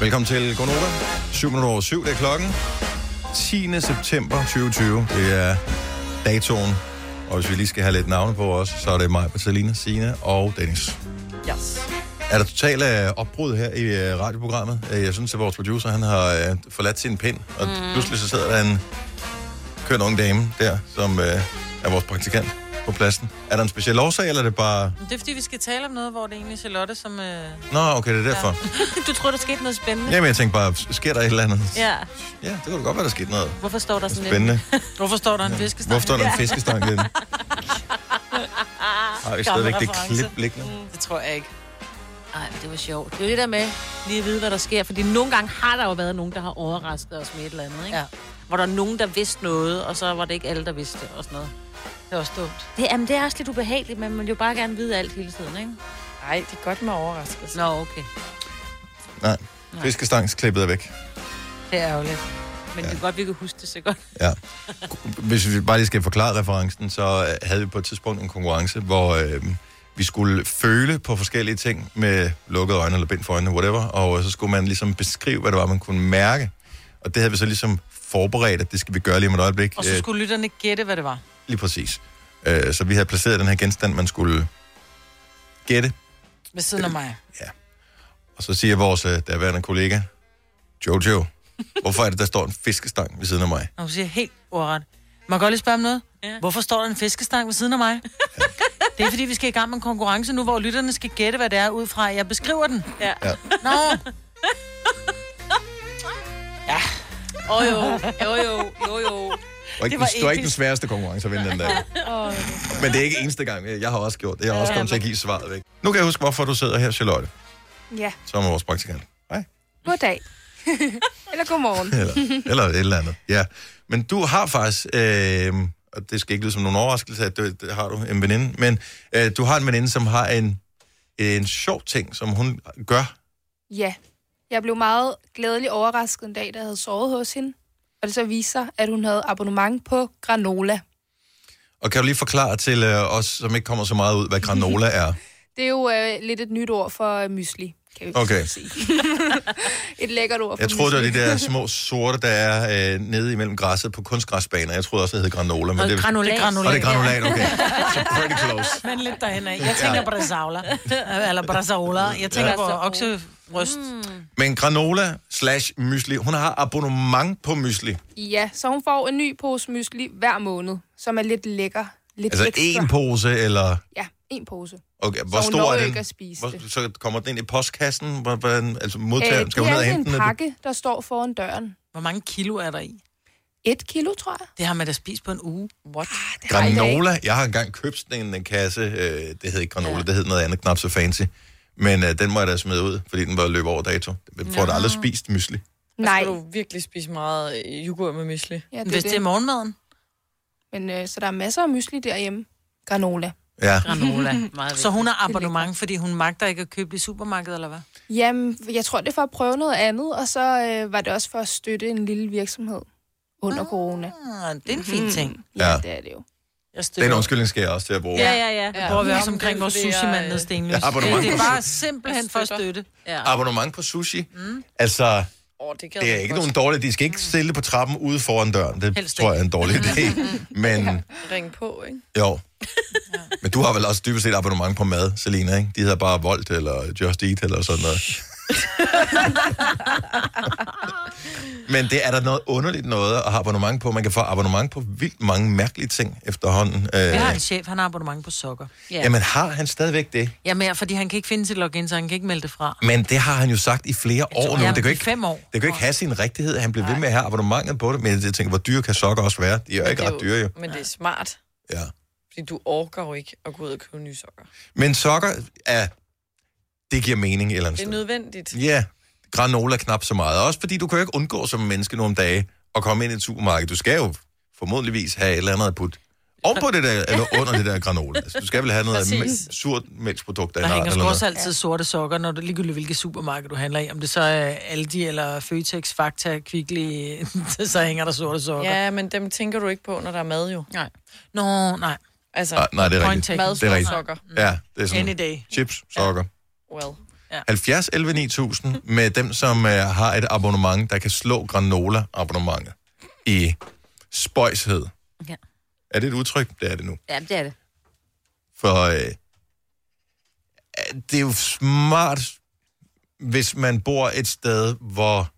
Velkommen til Gonova. 7 minutter over 7, det er klokken. 10. september 2020, det er datoen. Og hvis vi lige skal have lidt navne på os, så er det mig, Selina, Sina og Dennis. Yes. Er der totalt øh, opbrud her i øh, radioprogrammet? Øh, Jeg synes, at vores producer han har øh, forladt sin pind, og mm. pludselig så sidder der en køn ung dame der, som øh, er vores praktikant på pladsen. Er der en speciel årsag, eller er det bare... Men Det er fordi, vi skal tale om noget, hvor det er egentlig er Charlotte, som... Øh... Nå, okay, det er derfor. Ja. du tror, der skete noget spændende? Jamen, jeg tænkte bare, sker der et eller andet? Ja. Ja, det kunne da godt være, der skete noget. Hvorfor står der sådan Spændende. Hvorfor står der en fiskestang? Hvorfor står der en Ja. fiskestang derinde? Har vi Gammel stadigvæk det reference. Mm, klip liggende? Det tror jeg ikke. Nej, men det var sjovt. Det er jo det der med lige at vide, hvad der sker. Fordi nogle gange har der jo været nogen, der har overrasket os med et eller andet, ikke? Ja. Hvor der er nogen, der vidste noget, og så var det ikke alle, der vidste det, og sådan noget. Det er også dumt. Det, jamen, det er også lidt ubehageligt, men man vil jo bare gerne vide alt hele tiden, ikke? Nej, det er godt med overraskelse. Nå, okay. Nej, fiskestangsklippet er væk. Det er jo lidt. Men ja. det er godt, vi kan huske det så godt. Ja. Hvis vi bare lige skal forklare referencen, så øh, havde vi på et tidspunkt en konkurrence, hvor øh, vi skulle føle på forskellige ting med lukkede øjne eller bind for øjnene, whatever, og så skulle man ligesom beskrive, hvad det var, man kunne mærke. Og det havde vi så ligesom forberedt, at det skal vi gøre lige om et øjeblik. Og så Øh, skulle lytterne gætte, hvad det var. Lige præcis. Øh, så vi havde placeret den her genstand, man skulle gætte, Ved siden af mig. og så siger vores øh, daværende kollega, Jojo, hvorfor er det, der står en fiskestang ved siden af mig? Og hun siger helt ordret. Må jeg godt lige spørge om noget? Ja. Hvorfor står der en fiskestang ved siden af mig? Det er fordi, vi skal i gang med en konkurrence nu, hvor lytterne skal gætte, hvad det er ud fra, at jeg beskriver den. Ja. ja. Nå. Ja. Åh oh, jo, jo jo, jo jo. Og ikke, det, var den, det var ikke den sværeste konkurrence at vinde den der. Åh, Men det er ikke eneste gang. Jeg har også gjort det. Jeg har også Ja, kommet til at give svaret væk. Nu kan jeg huske, hvorfor du sidder her, Charlotte, Ja, som er vores praktikant. goddag. Eller godmorgen. Eller, eller et eller andet. Ja. Men du har faktisk, øh, og det skal ikke lyde som nogen overraskelse, at det, det har du en veninde, men øh, du har en veninde, som har en, en sjov ting, som hun gør. Ja, jeg blev meget glædelig overrasket en dag, da jeg havde sovet hos hende. Og det så viste sig, at hun havde abonnement på granola. Og kan du lige forklare til øh, os, som ikke kommer så meget ud, hvad granola er? Det er jo øh, lidt et nyt ord for øh, mysli, kan vi Okay. sige. et lækkert ord for Jeg troede, det var de mysli. der små sorte, der er øh, nede imellem græsset på kunstgræsbaner. Jeg troede også, det hed granola. Men Og det, granulat. Det er granulat. Og det er granulat, okay. Så pretty close. Men lidt derhen af. Jeg tænker Ja. ja. brasaula. Eller brasaula. Jeg tænker Ja. ja. på okseryst. Mm. Men granola slash mysli, hun har abonnement på mysli. Ja, så hun får en ny pose mysli hver måned, som er lidt lækker. Lidt Altså ekstra. en pose, eller... Ja, en pose. Okay, Så hvor hun når stor jo er den? ikke at spise hvor, så kommer den ind i postkassen? Hvor- Hvordan, altså modtageren, Øh, skal det hun ned og er altså hente den? en pakke, der står foran døren. Hvor mange kilo er der i? Et kilo, tror jeg. Det har man da spist på en uge. What? Ah, Granola, jeg har engang købt sådan en, en kasse, øh, det hed ikke granola, ja. det hed noget andet, knap så fancy. Men øh, den må jeg da smide ud, fordi den var løbet over dato. Jeg får da Nå. aldrig spist mysli. Nej. Så skal du virkelig spise meget øh, yoghurt med mysli. Ja, det Hvis er det. det er morgenmaden. Men øh, så der er masser af mysli derhjemme. Granola. Ja. Granola. Meget så hun har abonnement, fordi hun magter ikke at købe det i supermarkedet, eller hvad? Jamen, jeg tror, det er for at prøve noget andet, og så øh, var det også for at støtte en lille virksomhed under ah, corona. Mhm. Det er en fin ting. Ja, det er det jo. Jeg støtter. Den undskyldning skal jeg også til at bruge. Ja, ja, ja. Det prøver vi også omkring vores sushi-mand nede i Stenløs. Ja, abonnement. Det er bare simpelthen for at støtte. Ja. Abonnement på sushi. Mm. Altså, Oh, det, det er ikke nogen dårlig... De skal Mm. ikke stille det på trappen ude foran døren. Det Helst tror jeg er en dårlig idé. Men Ring på, ikke? jo. Men du har vel også dybest set abonnement på mad, Selina, ikke? De hedder bare Volt eller Just Eat eller sådan noget. Men det er der noget underligt noget at have abonnement på. Man kan få abonnement på vildt mange mærkelige ting efterhånden. Øh, Jeg har en chef, han har abonnement på sokker. ja. Jamen har han stadigvæk det? Jamen, ja, fordi han kan ikke finde sit login, så han kan ikke melde det fra. Men det har han jo sagt i flere år nu. Jamen, Det kan jo i ikke, fem år. det kan jo ikke have sin rigtighed. Han blev ved med at have abonnementet på det, men jeg tænker, hvor dyre kan sokker også være? De er jo ikke ret dyre, jo. Men det er smart. Ja. Fordi du orker jo ikke at gå ud og købe nye sokker. Men sokker er... Det giver mening et eller andet Det er nødvendigt. Ja, granola knap så meget. Også fordi du kan jo ikke undgå som menneske nogle dage at komme ind i et supermarked. Du skal jo formodentligvis have et eller andet at putte ovenpå det der, eller under det der granola. Altså, du skal vel have noget Præcis. mæ- surt mælksprodukt af Der en art hænger eller sgu også noget. altid sorte sokker, når du ligegyldigt hvilket supermarked du handler i. Om det så er Aldi eller Føtex, Fakta, Kvickly, så hænger der sorte sokker. Ja, men dem tænker du ikke på, når der er mad jo. Nej. Nå, nej. Altså, Ah, nej, det er rigtigt. Mad, det er rigtigt. Mm. sokker. Mm. Ja, det er sådan. Any day. Chips, sokker. Well. Ja. 70 11 9000 med dem, som øh, har et abonnement, der kan slå granola-abonnementet i spøjshed. Ja. Er det et udtryk? Det er det nu. Ja, det er det. For øh, øh, det er jo smart, hvis man bor et sted, hvor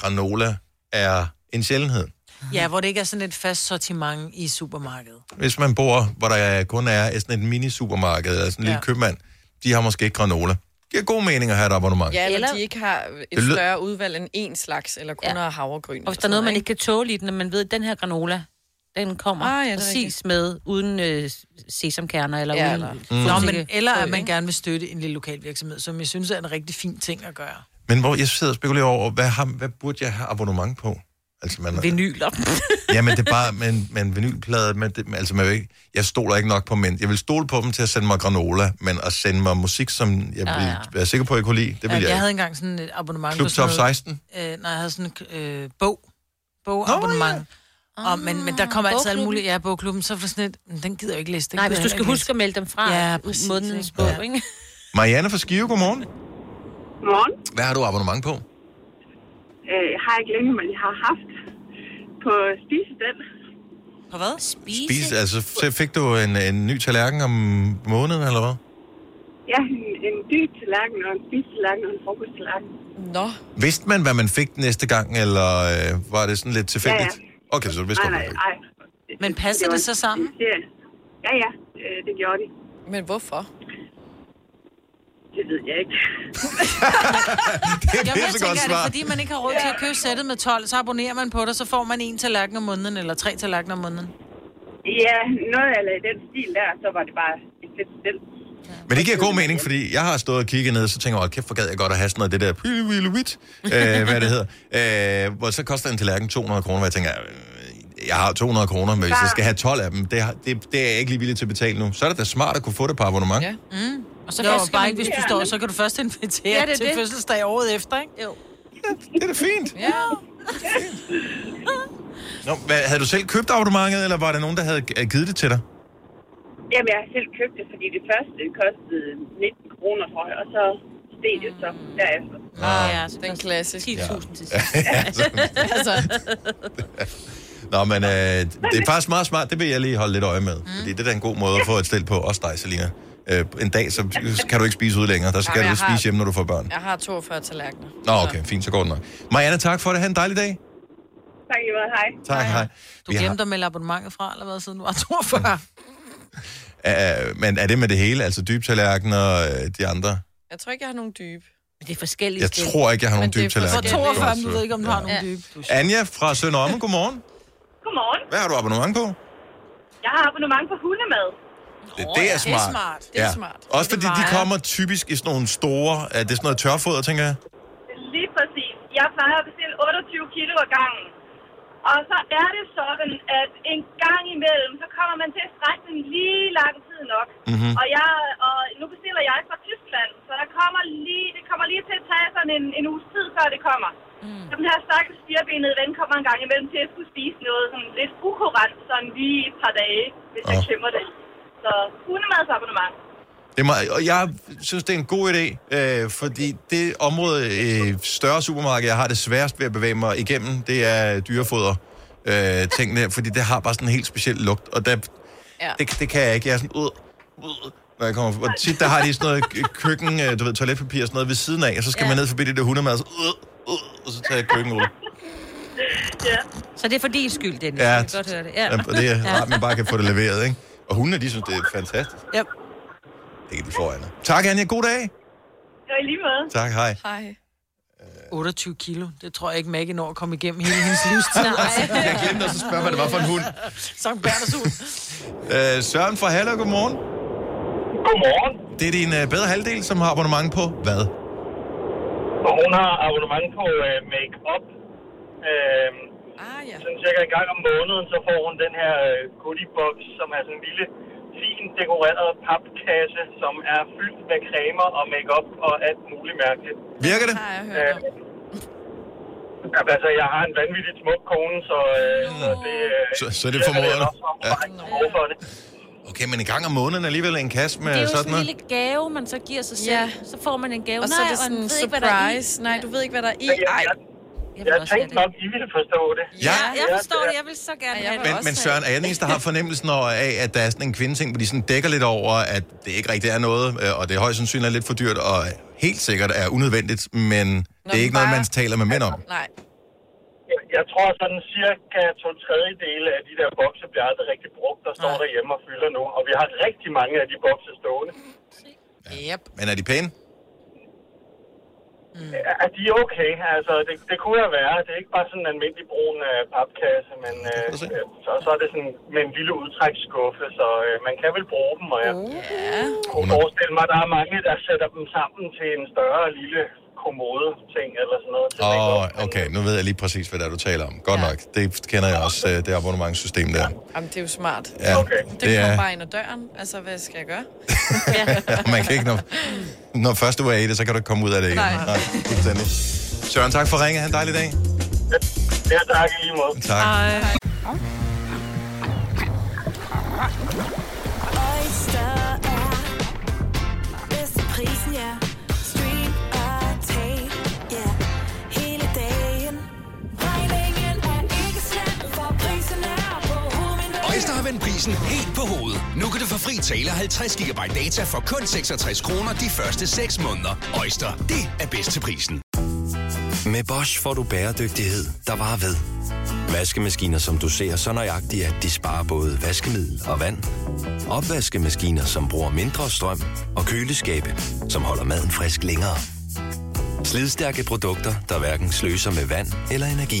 granola er en sjældenhed. Ja, hvor det ikke er sådan et fast sortiment i supermarkedet. Hvis man bor, hvor der kun er sådan et mini-supermarked eller sådan en lille Ja. købmand, de har måske ikke granola. Det giver god mening at have et abonnement. Ja, eller, de ikke har et Det lød- større udvalg end én slags, eller kun ja. har havregryn. Og hvis der er noget, man ikke kan tåle i den, at man ved, at den her granola, den kommer Ah, ah, ja, det ja, er præcis rigtigt. med, uden øh, sesamkerner eller Ja, ja, uden... eller- Mm. Nå, Nå, men, eller at man gerne vil støtte en lille lokal virksomhed, som jeg synes er en rigtig fin ting at gøre. Men hvor jeg sidder og spekulerer over, hvad, har, hvad burde jeg have abonnement på? Altså, man, Vinyler. ja, men det er bare, men, men vinylplader, men det, men altså, man, vil ikke- jeg stoler ikke nok på mænd. Jeg vil stole på dem til at sende mig granola, men at sende mig musik, som jeg ville Ja, Ah, ja. være sikker på, at jeg kunne lide, det ville jeg, jeg jeg ikke. havde engang sådan et abonnement Klub på sådan Top noget- 16? Øh, nej, jeg havde sådan en øh, bog. Bogabonnement. Oh, og, men, men der kommer altid alle bogklubben. mulige... Ja, bogklubben, så var det sådan lidt, "Men den gider jeg ikke læse. Den Nej, gider hvis jeg du skal heller ikke huske at melde dem fra Ja, ja, præcis, månedens ikke? bog, ja. ikke? Marianne fra Skive, godmorgen. Godmorgen. Hvad har du abonnement på? Øh, har ikke længe, men jeg har haft på spise den. På hvad? Spise? Spis, altså, så fik du en, en ny tallerken om måneden, eller hvad? Ja, en, en dyb tallerken og en spisetallerken og en frokosttallerken. Nå. Vidste man, hvad man fik næste gang, eller øh, var det sådan lidt tilfældigt? Ja, Okay, så du vidste nej, godt, nej, hvad du nej. Men passer det så sammen? Ja, ja, øh, det gjorde de. Men hvorfor? Det ved jeg ikke. Det er Jamen, jeg tænker, er det fordi, man ikke har råd til Ja. at købe sættet med 12, så abonnerer man på det, så får man en tallerken om måneden, eller tre tallerkener om måneden. Ja, noget eller i den stil der, så var det bare et fedt stil. fik. Men det giver god mening, fordi jeg har stået og kigget ned, og så tænker jeg, "Åh, kæft, hvor gad jeg godt at have sådan noget, det der pilvilevit, øh, hvad det hedder. Øh, hvor så koster en tallerken 200 kroner, hvor jeg tænker, "Øh, jeg har 200 kroner, men hvis jeg skal have 12 af dem, det, har, det, det er jeg ikke lige villig til at betale nu. Så er det da smart at kunne få det på abonnement. Ja. Mm. Og så Jo, jo, bare bare ikke, ikke, hvis du står, så kan du først invitere Ja, det er til det. fødselsdag året efter, ikke? Jo. Det er da fint. Ja. Nå, hvad, havde du selv købt abonnementet, eller var der nogen, der havde øh, givet det til dig? Jamen, jeg har selv købt det, fordi det første kostede 19 kroner, tror jeg, og så steg det så derefter. Ah, ja, så den klassiske. 10.000 til altså, Nå, men øh, det er faktisk meget smart. Det vil jeg lige holde lidt øje med. Mm. Fordi det er da en god måde at få et stil på. Også dig, Selina. Øh, en dag, så kan du ikke spise ud længere. Der skal Jamen, du jeg har- spise hjemme, når du får børn. jeg har 42 tallerkener. Nå, okay. Fint, så går det nok. Marianne, tak for det. Ha' en dejlig dag. Tak i måde, hej. Tak, hej. Du Vi har- glemte at melde abonnementet fra, eller hvad, siden du var 42? Øh, men er det med det hele? Altså dybtallerken og øh, de andre? Jeg tror ikke, jeg har nogen dybe. Men det er forskellige Jeg stil. tror ikke, jeg har nogen dybe tallerkener. For 42, Det er men du ved ikke, om du har nogen dybe. Anja fra Sønderomme, godmorgen. Godmorgen. Hvad har du abonnement på? Jeg har abonnement på hundemad. Det, det er smart. Det er smart. Også fordi de kommer typisk i sådan nogle store... Er det sådan noget tørfoder, tænker jeg? Lige præcis. Jeg plejer at bestille 28 kilo ad gangen. Og så er det sådan, at en gang imellem, så kommer man til at strække den lige lang tid nok. Mhm. Og, jeg, og nu bestiller jeg fra Tyskland, så der kommer lige, det kommer lige til at sådan en, en uges tid, før det kommer. Mm. Så den her stakkels firebenede ven kommer en gang imellem til at skulle spise noget sådan lidt ukurant, sådan lige et par dage, hvis oh. jeg klemmer det. Så hundemadsabonnement. Det er meget, og jeg synes, det er en god idé, øh, fordi det område i øh, større supermarked, jeg har det sværest ved at bevæge mig igennem, det er dyrefoder. Øh, tingene, fordi det har bare sådan en helt speciel lugt, og der, Ja. det, det kan jeg ikke. Jeg er sådan, ud, ud, når jeg kommer forbi. Og tit, der har de sådan noget kø- køkken, øh, du ved, toiletpapir og sådan noget ved siden af, og så skal ja. man ned forbi det der hundemad, og så, øh, øh, og så tager jeg køkkenrulle. Ja. Så det er for din skyld, Dennis. Ja, jeg kan godt høre det. Ja. Og det er rart, man bare kan få det leveret, ikke? Og hundene, de synes, det er fantastisk. Ja. Det kan de få, Anna. Tak, Anja. God dag. Ja, i lige måde. Tak, hej. Hej. 28 kilo. Det tror jeg ikke, Maggie når at komme igennem hele hendes livstid. Nej. Jeg glemte også at spørge, hvad det var for en hund. Sankt Berners hund. Øh, Søren fra Haller, godmorgen. Godmorgen. Det er din øh, bedre halvdel, som har abonnement på hvad? Og hun har abonnement på øh, make-up. Øh, ah, ja. Sådan cirka en gang om måneden, så får hun den her øh, goodie box, som er sådan en lille, fint dekoreret papkasse, som er fyldt med cremer og makeup og alt muligt mærkeligt. Virker det? Øh, jamen, altså, jeg har en vanvittigt smuk kone, så, øh, så det... Øh, Så, så det formoder du. Ja. Hvorfor det? Okay, men en gang om måneden alligevel en kasse med Det er jo sådan sådan en noget. lille gave, man så giver sig selv. Ja. Ja. Så får man en gave. Og så er det sådan man en ved ikke, hvad der er i. surprise. Nej, du ved ikke, hvad der er i. Jeg, Ej. jeg, jeg tænkte nok, I ville forstå det. Ja. Jeg forstår det. Jeg vil så gerne have det. Men, øh, men Søren, er jeg den eneste, der har fornemmelsen over- af, at der er sådan en kvindeting, hvor de sådan dækker lidt over, at det ikke rigtig er noget, øh, og det er højst sandsynligt er lidt for dyrt, og helt sikkert er unødvendigt, men Nå, det er ikke noget, man taler med mænd om. Nej. Jeg, jeg tror sådan cirka to tredjedele af de der bokse bliver aldrig rigtig brugt, der står derhjemme og fylder nu. Og vi har rigtig mange af de bokse stående. Yep. Men er de pæne? Mm. Ja, de er okay. Altså, det, det kunne jo være. Det er ikke bare sådan en almindelig brun øh, papkasse, men øh, øh, så, så er det sådan med en lille udtræksskuffe, så øh, man kan vel bruge dem. Og jeg ja. kunne forestille mig, at der er mange, der sætter dem sammen til en større lille kommode-ting eller sådan noget. Åh, oh, okay, nu ved jeg lige præcis, hvad det er, du taler om. Godt nok, det kender jeg også, øh, det abonnementssystem der. Jamen, det er jo smart. Ja, Okay. Det, det er- kommer bare ind ad døren. Altså, hvad skal jeg gøre? Og man kan ikke, når, når først du er i det, så kan du ikke komme ud af det igen. Nej. fuldstændig. Søren, tak for ringet. Ha' en dejlig dag. Ja, tak i lige måde. Tak. Oyster er bedst til prisen, ja. Stream og tag, ja. Hele dagen. Regningen er ikke slem, for prisen er på hovedet. Øjster har vendt prisen helt på hovedet. Nu kan du få fri tale 50 GB data for kun 66 kroner de første 6 måneder. Øjster, det er bedst til prisen. Med Bosch får du bæredygtighed, der varer ved. Vaskemaskiner, som du ser så nøjagtigt, at de sparer både vaskemiddel og vand. Opvaskemaskiner, som bruger mindre strøm. Og køleskabe, som holder maden frisk længere. Slidstærke produkter, der hverken sløser med vand eller energi.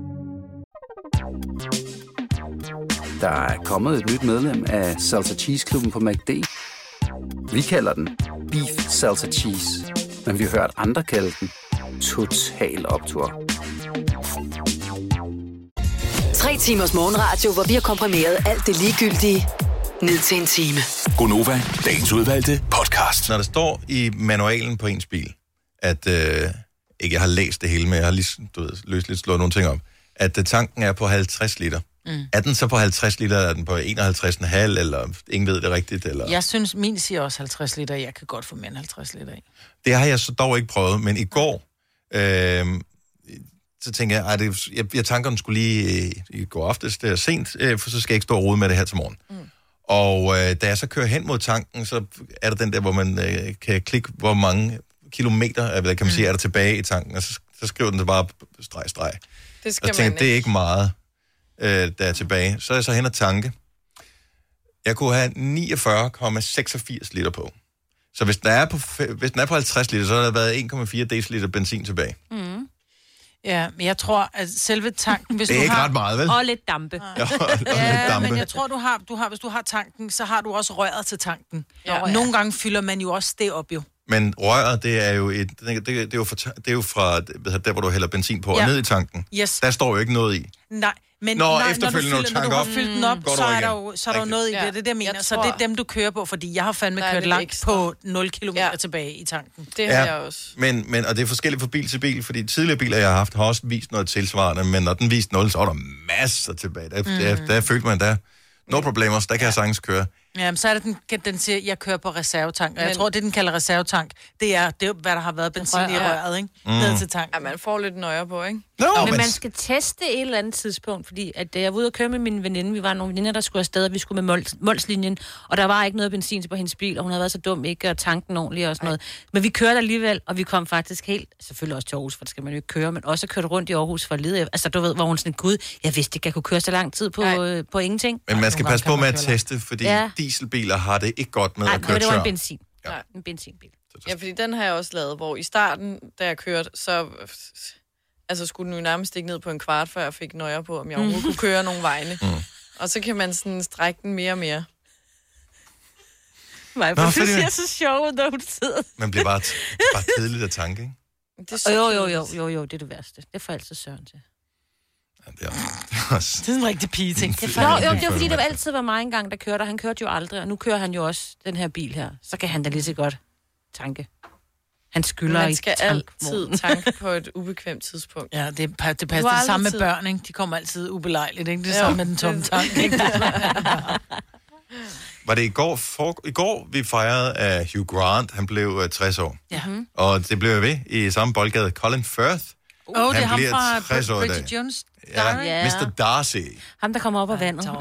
Der er kommet et nyt medlem af Salsa Cheese Klubben på MACD. Vi kalder den Beef Salsa Cheese, men vi har hørt andre kalde den Total Optor. Tre timers morgenradio, hvor vi har komprimeret alt det ligegyldige ned til en time. Gonova, dagens udvalgte podcast. Når der står i manualen på ens bil, at, øh, ikke jeg har læst det hele, men jeg har lige du ved, løst lidt slået nogle ting op, at øh, tanken er på 50 liter. Mm. Er den så på 50 liter, er den på 51,5, eller ingen ved det rigtigt? Eller? Jeg synes, min siger også 50 liter. Jeg kan godt få mere end 50 liter i. Det har jeg så dog ikke prøvet, men i går, øh, så tænker jeg, ej, det, jeg, jeg tanker den skulle lige øh, i går aftes, det er sent, øh, for så skal jeg ikke stå og rode med det her til morgen. Mm. Og øh, da jeg så kører hen mod tanken, så er der den der, hvor man øh, kan klikke, hvor mange kilometer, øh, hvad kan man mm. sige, er der tilbage i tanken, og så, så skriver den så bare streg, streg. Det og skal så tænker, man jeg, det er ikke meget, øh, der er tilbage. Så er jeg så hen og tanke. Jeg kunne have 49,86 liter på. Så hvis den, er på, fe- hvis den er på 50 liter, så har der været 1,4 dl benzin tilbage. Mm. Ja, men jeg tror, at selve tanken... Hvis Det er du ikke har... ret meget, vel? Og lidt dampe. Ja, og- og lidt ja dampe. men jeg tror, du har, du har, hvis du har tanken, så har du også røret til tanken. Ja. Ja. Nogle gange fylder man jo også det op, jo. Men røret, det er jo, et, det, det, det er jo, fra, det er jo fra hvad hedder det, der, hvor du hælder benzin på ja. Ja. og ned i tanken. Yes. Der står jo ikke noget i. Nej, men Nå, nej, efterfølgende, når du, fylder, når du når du tanker har op, fyldt den mm, op, går så du er, igen. der jo, så er der jo Rigtigt. noget i det, Ja. det er det, jeg mener. Jeg så tror- det er dem, du kører på, fordi jeg har fandme Der er kørt lidt langt ekstra. på 0 km ja. tilbage i tanken. Men, men, og det er forskelligt fra bil til bil, fordi tidligere biler, jeg har haft, har også vist noget tilsvarende, men når den viste 0, så var der masser tilbage. Der, mm. der, der følte man, der no problemer, der kan jeg sagtens køre. Jamen, så er det, den, den siger, jeg kører på reservetank. Og jeg Men- tror, det, den kalder reservetank, det er, det er hvad der har været benzin i røret. røret, ikke? Mm. Ned til tanken. Ja, man får lidt nøjer på, ikke? No, men man skal teste et eller andet tidspunkt, fordi at da jeg var ude og køre med min veninde, vi var nogle veninder, der skulle afsted, og vi skulle med Mols, Molslinjen, og der var ikke noget benzin til på hendes bil, og hun havde været så dum ikke at tanke den ordentligt og sådan noget. Men vi kørte alligevel, og vi kom faktisk helt, selvfølgelig også til Aarhus, for det skal man jo ikke køre, men også kørte rundt i Aarhus for at lede. Altså du ved, hvor hun sådan, gud, jeg vidste ikke, jeg kunne køre så lang tid på, øh, på ingenting. Men man skal passe på med at teste, fordi Ja. ja. dieselbiler har det ikke godt med Nej, at men køre det var en tør. benzin. Ja. En benzinbil. Ja, fordi den har jeg også lavet, hvor i starten, da jeg kørte, så altså, skulle den jo nærmest ikke ned på en kvart, før jeg fik nøjer på, om jeg overhovedet kunne køre nogle vegne. Mm. Og så kan man sådan strække den mere og mere. Nej, Nå, for det fordi- ser så sjovt ud, når hun sidder. Man bliver bare, t- bare kedelig af tanke, ikke? Det er så jo, jo, jo, jo, jo, det er det værste. Det får jeg altid søren til. Det er en rigtig pige ting. Det Nå, jo, det var fordi, det var altid var mig engang, der kørte, og han kørte jo aldrig, og nu kører han jo også den her bil her. Så kan han da lige så godt tanke. Han skylder Man i skal tankvognen. altid tanke på et ubekvemt tidspunkt. Ja, det, pa- det Du passer har det samme aldrig med tid. børn, ikke? De kommer altid ubelejligt, ikke? Det er Jo. samme med den tomme tank, ikke? Var det i går? For, I går, vi fejrede, at Hugh Grant, han blev øh, 60 år. Ja. Mhm. Og det blev ved i samme boldgade. Colin Firth, Åh, oh, det er han ham bliver fra 60 år i dag. Bridget Jones. Ja, Ja. Mr. Darcy. Ham, der kommer op af vandet.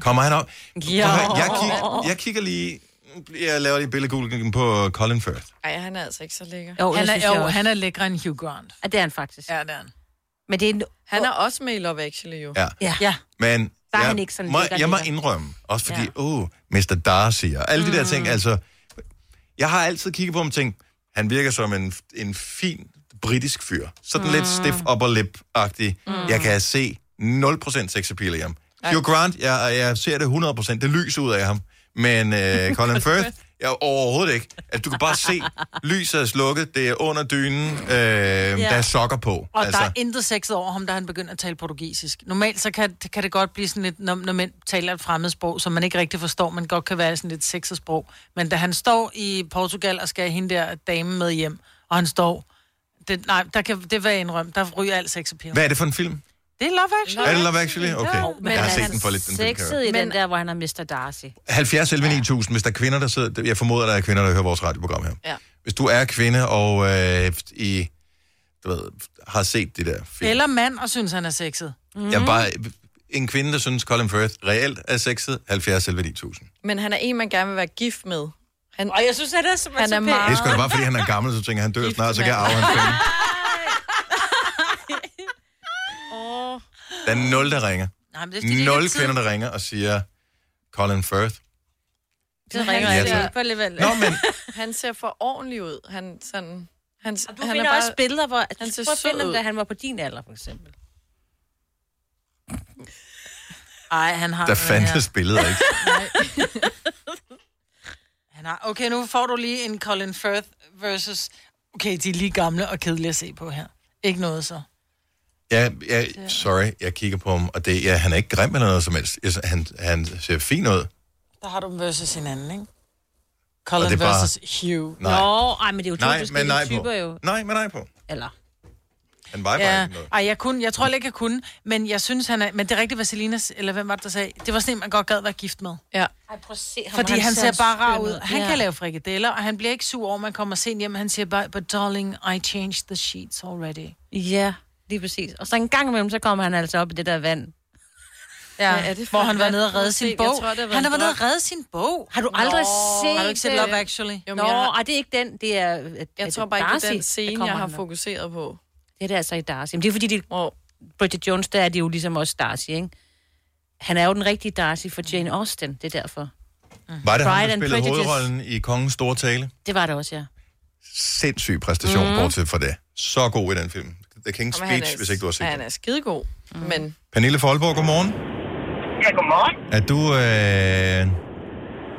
Kommer han op? Jo. Prøv at høre, Jeg, kig, jeg kigger lige... Jeg laver lige billedgulgen på øh, Colin Firth. Ej, han er altså ikke så lækker. Jo, Han jeg er, synes, jeg jo, også. han er lækre end Hugh Grant. Ja, det er han faktisk. Ja, det er han. Men det er en... Han er også med i Love Actually, jo. Ja. ja. Men Der er jeg, han ikke sådan må, lækker, jeg må lækker. indrømme, også fordi, åh, ja. oh, Mr. Darcy og alle mm. de der ting, altså, jeg har altid kigget på ham og tænkt, han virker som en, en fin britisk fyr. Sådan mm. lidt stiff upper lip-agtig. Mm. Jeg kan se 0% sex appeal i ham. Hugh Grant, jeg, jeg ser det 100%, det lyser ud af ham. Men øh, Colin Firth, jeg, overhovedet ikke. Altså, du kan bare se, lyset er slukket, det er under dynen, øh, ja. der er sokker på. Og altså. altså. der er intet sexet over ham, da han begynder at tale portugisisk. Normalt så kan, kan det godt blive sådan lidt, når, når mænd taler et fremmed sprog, som man ikke rigtig forstår, man godt kan være sådan lidt sexet sprog. Men da han står i Portugal og skal have hende der dame med hjem, og han står... Det, nej, der kan, det var indrømme. Der ryger alt sex appeal. Hvad er det for en film? Det er Love Actually. Er det Love Actually? Okay. men jeg har er set han den for lidt, den film. kan jeg Sexet i den der, hvor han er Mr. Darcy. 70 11 9000, hvis der er kvinder, der sidder... Jeg formoder, der er kvinder, der hører vores radioprogram her. Ja. Hvis du er kvinde og øh, i, du ved, har set det der film. Eller mand, og synes, han er sexet. Mm. Jeg er bare øh, en kvinde, der synes, Colin Firth reelt er sexet, 70 11 9000. Men han er en, man gerne vil være gift med. Han, og jeg synes, han er så han er Det er meget... sgu da bare, fordi han er gammel, så tænker jeg, han dør snart, så kan jeg arve hans penge. Åh. Der er nul, der ringer. Nej, men det er, fordi, de Nul ikke har tid. kvinder, der ringer og siger, Colin Firth. Det ringer ringer Ja, ja, altså tak. altså ikke alligevel. Nå, men- han ser for ordentlig ud. Han, sådan, han, Og du han finder også billeder, hvor... han ser Prøv at finde sød ham, ud. da han var på din alder, for eksempel. Ej, han har... Der den her. fandtes billeder ikke. Han har... Okay, nu får du lige en Colin Firth versus... Okay, de er lige gamle og kedelige at se på her. Ikke noget så. Ja, ja, sorry, jeg kigger på ham, og det, ja, han er ikke grim eller noget som helst. Jeg- Han, han ser fin ud. Der har du dem versus hinanden, ikke? Og Colin det er bare- versus Hugh. Nej. Nå, ej, men det er jo to Nej, men forskellige nej typer på. jo. Nej, men nej på. Eller? Han var bare Ja, ikke noget. ej, jeg, kunne, jeg tror ikke, jeg kunne, men jeg synes, han er... Men det er rigtigt, hvad Selinas, eller hvem var det, der sagde? Det var sådan en, man godt gad være gift med. Ja. Ej, prøv at se ham. Fordi han, ser bare rar skøn ud. Han Ja. kan lave frikadeller, og han bliver ikke sur over, man kommer sent hjem. Han siger bare, but darling, I changed the sheets already. Ja, lige præcis. Og så en gang imellem, så kommer han altså op i det der vand. Ja, Hvad er det for hvor et han var vand? nede og Prøv at redde se. sin Jeg bog. tror, det har været han en har været nede og drøm. redde sin bog. Har du aldrig set Har du ikke set det? øh, Love Actually? Jo, Nå, jeg har... og det er ikke den, det er... er Jeg det tror bare ikke, det er den Darcy, der scene, kommer jeg har hernede? fokuseret på. Det er det altså i Darcy. Men det er fordi, det er... Bridget Jones, der er det jo ligesom også Darcy, ikke? Han er jo den rigtige Darcy for Jane Mm. Austen, det er derfor. Mm. Var det Pride ham, der and spillede Prejudice. hovedrollen i Kongens Store Tale? Det var det også, ja. Sindssyg præstation, Mhm. mm. bortset fra det. Så god i den film. The King's Jamen, han Speech, er- hvis ikke du har set Han den. er skidegod, mm. men Pernille Folborg, godmorgen. Ja, godmorgen. Er du øh,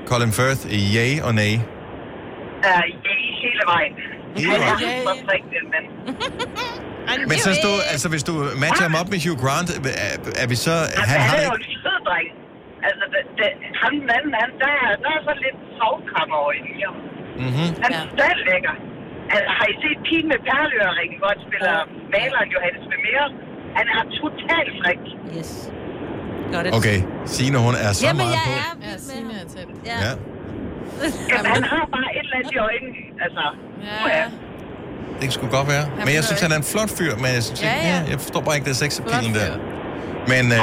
Colin Firth i yay og nej? Uh, ja, hele vejen. Hele Han er vejen? helt forfrækt, den mand. Men så stå, altså hvis du matcher ham op med Hugh Grant, er, er vi så... Han har han er ikke... jo en sød dreng. Altså, det, det, han manden, han, der, er- der er så lidt sovkammer over i ham. Mm-hmm. Han er stadig lækker. Altså, har I set Pigen med perleøringen, hvor han spiller maleren Johannes Vermeer? Han er totalt fræk. Yes. Okay, Signe, hun er så meget på. er ja, Signe er tæt. Ja. Jamen, han har bare et eller andet i øjnene. Altså, ja. Det skulle godt være. Men jeg synes, han er en flot fyr, men jeg, synes, Ja, ja, ja. ja. jeg forstår bare ikke det sexappealen der. Men øh,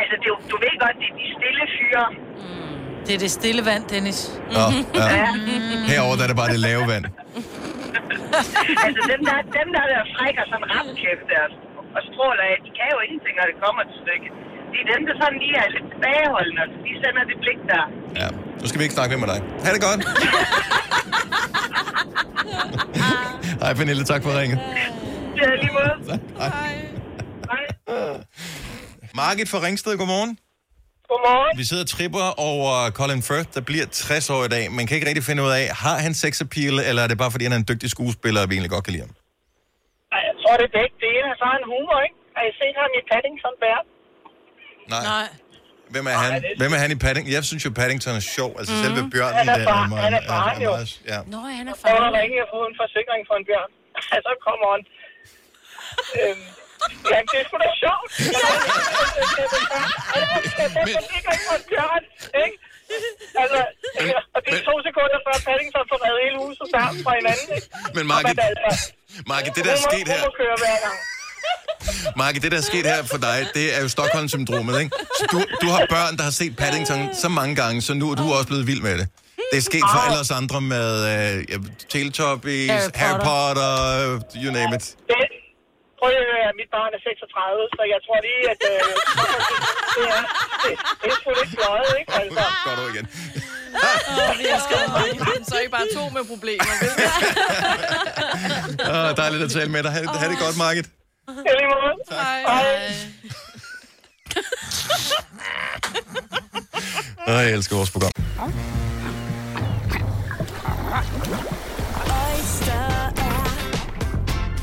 Altså, det, er jo- du ved godt, det er de stille fyre. Mm. Det er det stille vand, Dennis. Nå, ja. Mm. herover der er det bare det lave vand. Mm. altså, dem der, dem der, der frækker sådan ramkæft der og stråler af, de kan jo ingenting, når det kommer til stykket. Det er dem, der sådan lige er lidt tilbageholdende, og de sender det blik der. Ja. Nu skal vi ikke snakke mere med dig. Ha' det godt. Hej Pernille, tak for ringet. Ja, lige måde. Hej. Margit fra Ringsted, godmorgen. Godmorgen. Vi sidder og tripper over Colin Firth, der bliver 60 år i dag. Man kan ikke rigtig finde ud af, har han sexappeal, eller er det bare fordi, han er en dygtig skuespiller, og vi egentlig godt kan lide ham? Ej, jeg tror, det er begge dele, og så har han humor, ikke? Har I set ham i Paddington Bear? Nej. Nej. Hvem er han? Hvem er han i Paddington? Jeg synes jo, Paddington er sjov. Altså Mhm. mm. selve bjørnen Han er der far- meget- han er faren jo. meget- Ja. Nå, han er Så er farlig. der ikke at få en forsikring for en bjørn. så kommer han. Øhm, ja, det er sgu da sjovt. Men... Forsikring for en bjørn, ikke? Altså, ja, og det er to sekunder før Paddington får reddet hele huset sammen fra hinanden, ikke? Men Margit, altså. Margit, det der er sket her, Hun må køre hver gang. Marke, det der er sket her for dig, det er jo Stockholm-syndromet, ikke? Så du, du har børn, der har set Paddington så mange gange, så nu er du også blevet vild med det. Det er sket for Au. alle os andre med uh, Teletubbies, Harry Harry Potter. Potter, Harry Potter you name it. Det, prøv lige at høre, mit barn er 36, så jeg tror lige, at øh, det er, det, det er sgu lidt bløjet, ikke? Altså. Godt du igen. Åh, vi elsker dig. så er I bare to med problemer. vel? Oh, dejligt at tale med dig. Ha, ha det godt, Market. Ja, lige måde. Hej. Oh, jeg elsker vores program. Oyster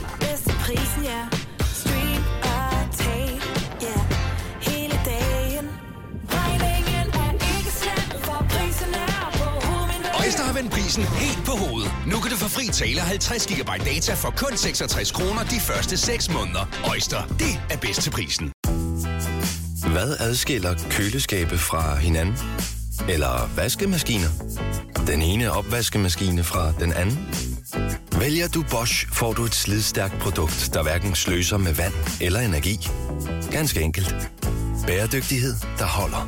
er bedst til prisen, ja. Stream og tag, ja. Hele dagen. Regningen er ikke slem, for prisen er på hovedet. Øjster har vendt prisen helt på hovedet. Nu kan du få fri tale 50 GB data for kun 66 kroner de første 6 måneder. Øjster, det er bedst til prisen. Hvad adskiller køleskabe fra hinanden? Eller vaskemaskiner? Den ene opvaskemaskine fra den anden? Vælger du Bosch, får du et slidstærkt produkt, der hverken sløser med vand eller energi. Ganske enkelt. Bæredygtighed, der holder.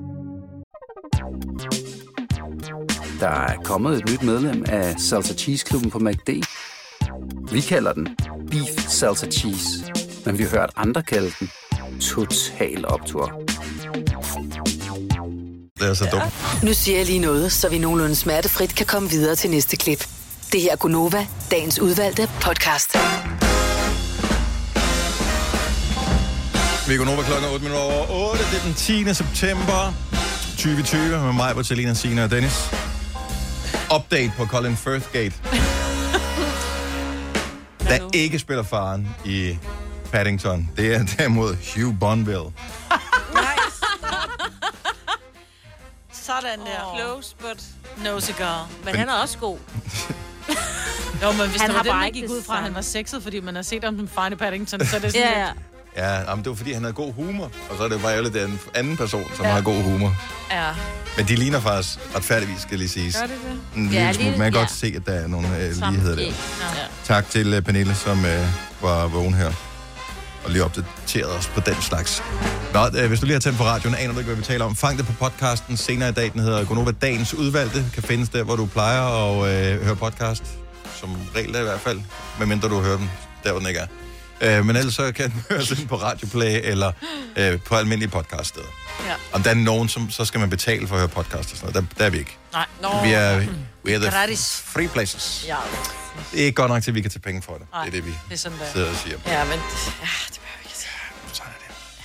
Der er kommet et nyt medlem af Salsa Cheese Klubben på MACD. Vi kalder den Beef Salsa Cheese, men vi har hørt andre kalde den Total Optor. Det er så dumt. Nu siger jeg lige noget, så vi nogenlunde smertefrit kan komme videre til næste klip. Det her er Gunova, dagens udvalgte podcast. Vi går nu over klokken 8 minutter over 8. Det er den 10. september 2020 med mig, Bertalina, Sina og Dennis. Update på Colin Firthgate. der ikke spiller faren i Paddington. Det er derimod Hugh Bonville. Sådan der. Oh. Close, but... No cigar. Men han er også god. Jo, men Han hvis han det har var det, bare man ikke gik det ud fra, at han samme. var sexet, fordi man har set ham som Fine Paddington, så er det sådan Ja, lidt... Ja, jamen, det var fordi, han havde god humor. Og så er det bare ærgerligt, at den anden person, som ja. har god humor. Ja. Men de ligner faktisk retfærdigvis, skal lige siges. Gør det det? En lille Ja, smule. Man kan lige- godt ja. se, at der er nogle øh, ligheder der. Ja. Tak til øh, Pernille, som øh, var vågen her. og lige opdateret os på den slags. Nå, øh, hvis du lige har tændt på radioen, aner du ikke, hvad vi taler om. Fang det på podcasten senere i dag. Den hedder Gonova Dagens Udvalgte. Kan findes der, hvor du plejer at øh, høre podcast. Som regel da i hvert fald. Medmindre du hører den der, hvor den ikke er. Øh, men ellers så kan den høres ind på Radioplay eller øh, på almindelige podcaststeder. Ja. Om der er nogen, som, så skal man betale for at høre podcast og sådan noget. Der, der er vi ikke. Nej. Nå. Vi er, we are the Gratis. free places. Ja. Det er ikke godt nok til, at vi kan tage penge for det. det er det, vi det er sådan, der. sidder og siger. Ja, men ja, det behøver vi ikke sige.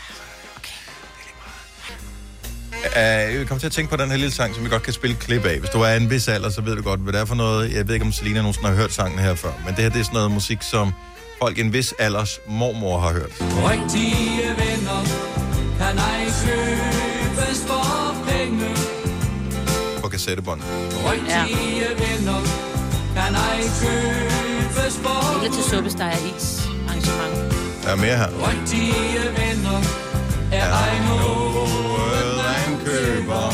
Uh, jeg kom til at tænke på den her lille sang, som vi godt kan spille et klip af. Hvis du er af en vis alder, så ved du godt, hvad det er for noget. Jeg ved ikke, om Selina nogensinde har hørt sangen her før, men det her det er sådan noget musik, som folk i en vis alders mormor har hørt. Rigtige venner kan ej købes for penge. På kassettebånd. Rigtige venner kan ej købes for penge. Eller til suppesteg og is arrangement. Der er mere her. Rigtige venner er ej noget, man køber.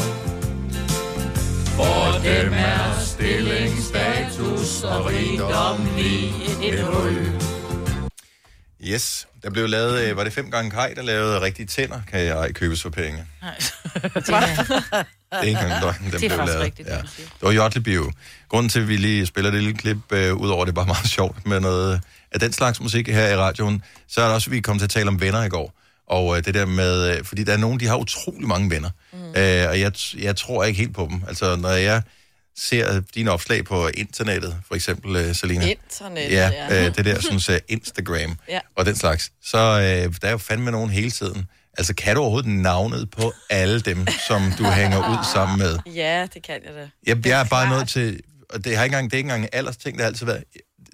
For dem er stilling, status og rigdom lige et hul. Yes, der blev lavet, øh, var det fem gange Kaj, der lavede rigtige tænder, kan jeg ej købes for penge. Det er ikke engang løgn, den Det er blev faktisk lavet. rigtigt, ja. Det var Jotlebio. Grunden til, at vi lige spiller det lille klip, øh, udover det er bare meget sjovt med noget øh, af den slags musik her i radioen, så er det også, at vi kom til at tale om venner i går. Og øh, det der med, øh, fordi der er nogen, de har utrolig mange venner. Mm. Øh, og jeg, t- jeg tror ikke helt på dem. Altså, når jeg ser øh, dine opslag på internettet, for eksempel, øh, Selina. Internet, ja. ja. Øh, det der, sådan så Instagram Ja. og den slags. Så øh, der er jo fandme nogen hele tiden. Altså, kan du overhovedet navnet på alle dem, som du hænger ud sammen med? Ja, det kan jeg da. Jeg, jeg er bare nødt til, og det, har ikke engang, det er ikke engang en aldersting, det har altid været,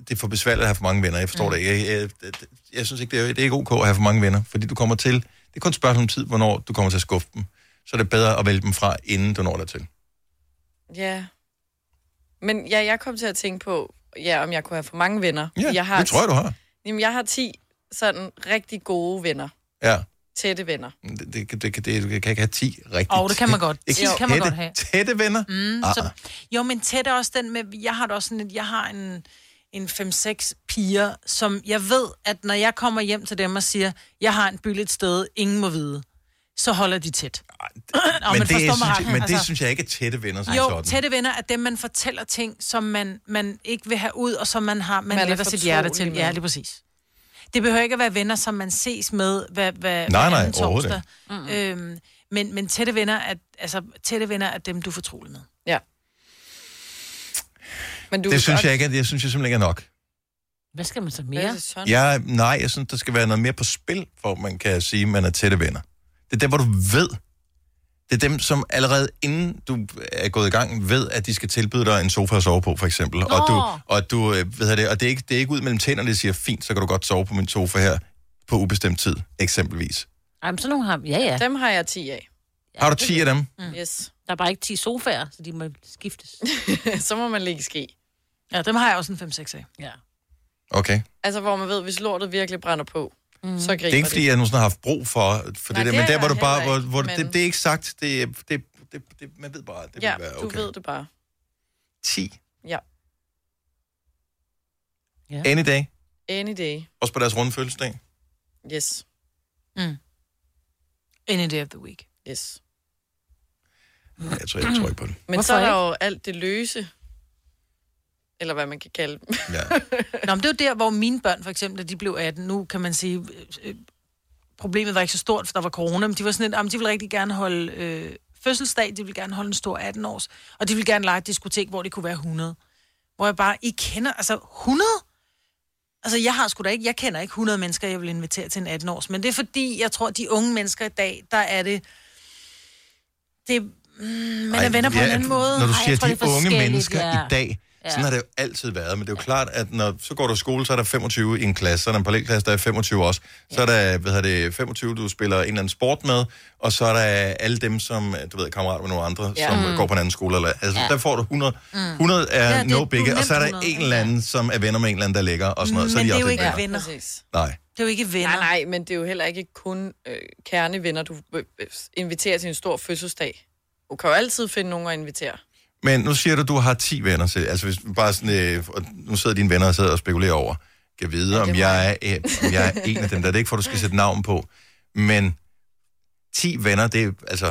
det er for besværligt at have for mange venner, jeg forstår mm. det ikke. Jeg, jeg, jeg, jeg synes ikke, det er, det er ikke ok at have for mange venner, fordi du kommer til, det er kun et spørgsmål om tid, hvornår du kommer til at skuffe dem. Så er det bedre at vælge dem fra, inden du når dertil. Ja. Men ja, jeg kom til at tænke på, ja, om jeg kunne have for mange venner. Ja, jeg det tror jeg, du har. Jamen, jeg har 10 sådan rigtig gode venner. Ja, Tætte venner. det, det, det, det, det, du kan ikke have 10 rigtigt. Åh, det kan man godt. Ikke Jo. kan man tætte- godt have. Tætte venner? Mm, Ah, så, jo, men tæt er også den med, jeg har det også sådan, at jeg har en, en 5-6 piger, som jeg ved, at når jeg kommer hjem til dem og siger, jeg har en byld et sted, ingen må vide, så holder de tæt. Nå, men, det, forstår mig synes, jeg, ret. men det Altså- synes jeg ikke er tætte venner som Jo, sådan. tætte venner er dem, man fortæller ting, som man, man ikke vil have ud, og som man har man, Man er man lægger sit hjerte til. fortrolig med. Ja, lige præcis. Det behøver ikke at være venner, som man ses med hver, hver, Nej, hver nej, anden torsdag. overhovedet Mm-hmm. Øhm, men, men tætte venner er, altså, tætte venner er dem, du er fortrolig med. Ja. Men Det synes jeg ikke, er- jeg synes jeg simpelthen ikke er nok. Hvad skal man så mere? Ja, nej, jeg synes, der skal være noget mere på spil, for at man kan sige, at man er tætte venner. Det er dem, hvor du ved. Det er dem, som allerede inden du er gået i gang, ved, at de skal tilbyde dig en sofa at sove på, for eksempel. Og, du, og, du, øh, ved jeg det, og det, er ikke, det er ikke ud mellem tænderne, der siger, fint, så kan du godt sove på min sofa her på ubestemt tid, eksempelvis. Ej, men sådan nogle har... Ja, ja. Dem har jeg 10 af. Har du 10 af dem? Mm. Yes. Der er bare ikke 10 sofaer, så de må skiftes. så må man ligge ske. Ja, dem har jeg også en 5-6 af. Ja. Okay. Altså, hvor man ved, hvis lortet virkelig brænder på, mm. så griber Det er ikke, fordi jeg nogensinde har haft brug for, for Nej, det der, det men har der, hvor jeg du bare, heller hvor, ikke, hvor men... men- det, det, er ikke sagt, det, er- det, det, det, man ved bare, at det ja, vil være du okay. ved det bare. 10. Ja. ja. Any day. Any day. Også på deres runde fødselsdag. Yes. Mm. Any day of the week. Yes. Jeg tror, jeg tror ikke på det. Men Hvorfor så er der jo alt det løse, eller hvad man kan kalde dem. Nå, men det er jo der, hvor mine børn, for eksempel, da de blev 18, nu kan man sige, øh, øh, problemet var ikke så stort, for der var corona, men de var sådan lidt, jamen, de ville rigtig gerne holde øh, fødselsdag, de ville gerne holde en stor 18-års, og de ville gerne lege et diskotek, hvor det kunne være 100. Hvor jeg bare, I kender, altså 100? Altså, jeg har sgu da ikke, jeg kender ikke 100 mennesker, jeg vil invitere til en 18-års, men det er fordi, jeg tror, de unge mennesker i dag, der er det, det, mm, man er venner på en anden måde. Når du Ej, jeg siger tror, de det er unge forskelligt, mennesker ja. i dag, Ja. sådan har det jo altid været. Men det er jo klart, at når så går du i skole, så er der 25 i en klasse, så er der en parallelklasse, der er 25 også. Så er der, hvad hedder det, 25, du spiller en eller anden sport med, og så er der alle dem, som, du ved, er kammerater med nogle andre, Ja. som Mm. går på en anden skole. Eller, altså, Ja. der får du 100. Mm. 100 er Ja, ja, det- no du er bigge, og så er der nemt 100, en eller anden, som er venner med en eller anden, der ligger, og sådan noget. så Mm, Men de det er jo også ikke venner. venner. Præcis. Nej. Det er jo ikke venner. Nej, nej, men det er jo heller ikke kun øh, kernevenner, du øh, øh, inviterer til en stor fødselsdag. Du kan jo altid finde nogen at invitere. Men nu siger du, at du har 10 venner. Til, altså hvis vi bare sådan, øh, og nu sidder dine venner og sidder og spekulerer over. kan vide, om jeg, er, øh, om jeg er en af dem der. Det er ikke for, du skal sætte navn på. Men 10 venner, det er, altså,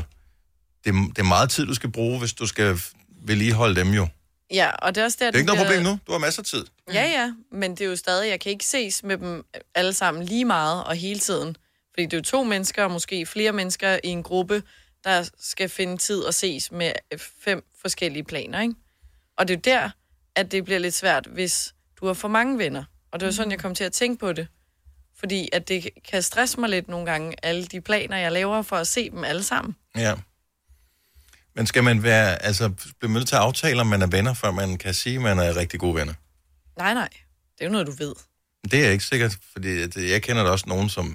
det, er, det er meget tid, du skal bruge, hvis du skal vedligeholde dem jo. Ja, og det er også der, Det er ikke noget bliver- problem nu. Du har masser af tid. Ja, ja, men det er jo stadig, jeg kan ikke ses med dem alle sammen lige meget og hele tiden. Fordi det er jo to mennesker, og måske flere mennesker i en gruppe, der skal finde tid og ses med øh, fem forskellige planer, ikke? Og det er jo der, at det bliver lidt svært, hvis du har for mange venner. Og det var sådan, jeg kom til at tænke på det. Fordi at det kan stresse mig lidt nogle gange, alle de planer, jeg laver for at se dem alle sammen. Ja. Men skal man være, altså, blive nødt til at aftale, om man er venner, før man kan sige, at man er rigtig gode venner? Nej, nej. Det er jo noget, du ved. Det er jeg ikke sikkert, fordi at, øh, jeg kender da også nogen, som...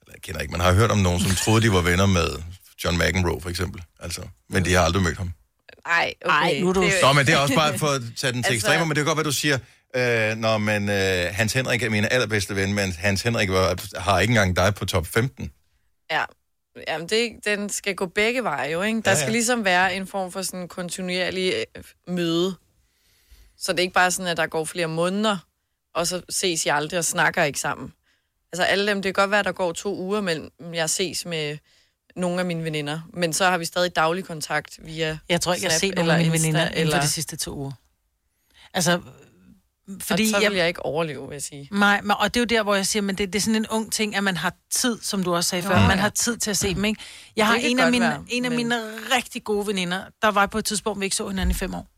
Eller jeg kender ikke, man har hørt om nogen, som troede, de var venner med John McEnroe, for eksempel. Altså, men de har aldrig mødt ham. Nej, okay. Ej, nu er du... Øh, Det er jo Nå, ikke- men det er også bare for at tage den til Altså- altså... ekstremer, men det kan godt være, du siger, øh, når man, øh, Hans Henrik er min allerbedste ven, men Hans Henrik var, har ikke engang dig på top 15. Ja, Jamen, det, den skal gå begge veje jo, ikke? Der ja, Ja, ja. ja. skal ligesom være en form for sådan en kontinuerlig øh, møde. Så det er ikke bare sådan, at der går flere måneder, og så ses I aldrig og snakker ikke sammen. Altså alle dem, det kan godt være, at der går to uger mellem, jeg ses med nogle af mine veninder. Men så har vi stadig daglig kontakt via Jeg tror ikke, jeg har Snap set nogen af mine eller Insta veninder inden for eller... de sidste to uger. Altså, Fordi fordi og så jeg... vil jeg ikke overleve, vil jeg sige. Nej, men, og det er jo der, hvor jeg siger, men det, det er sådan en ung ting, at man har tid, som du også sagde Nå, før, man ja. har tid til at se dem, ikke? Det Jeg har kan en af, godt mine, være, en af men- mine rigtig gode veninder, der var på et tidspunkt, vi ikke så hinanden i fem år.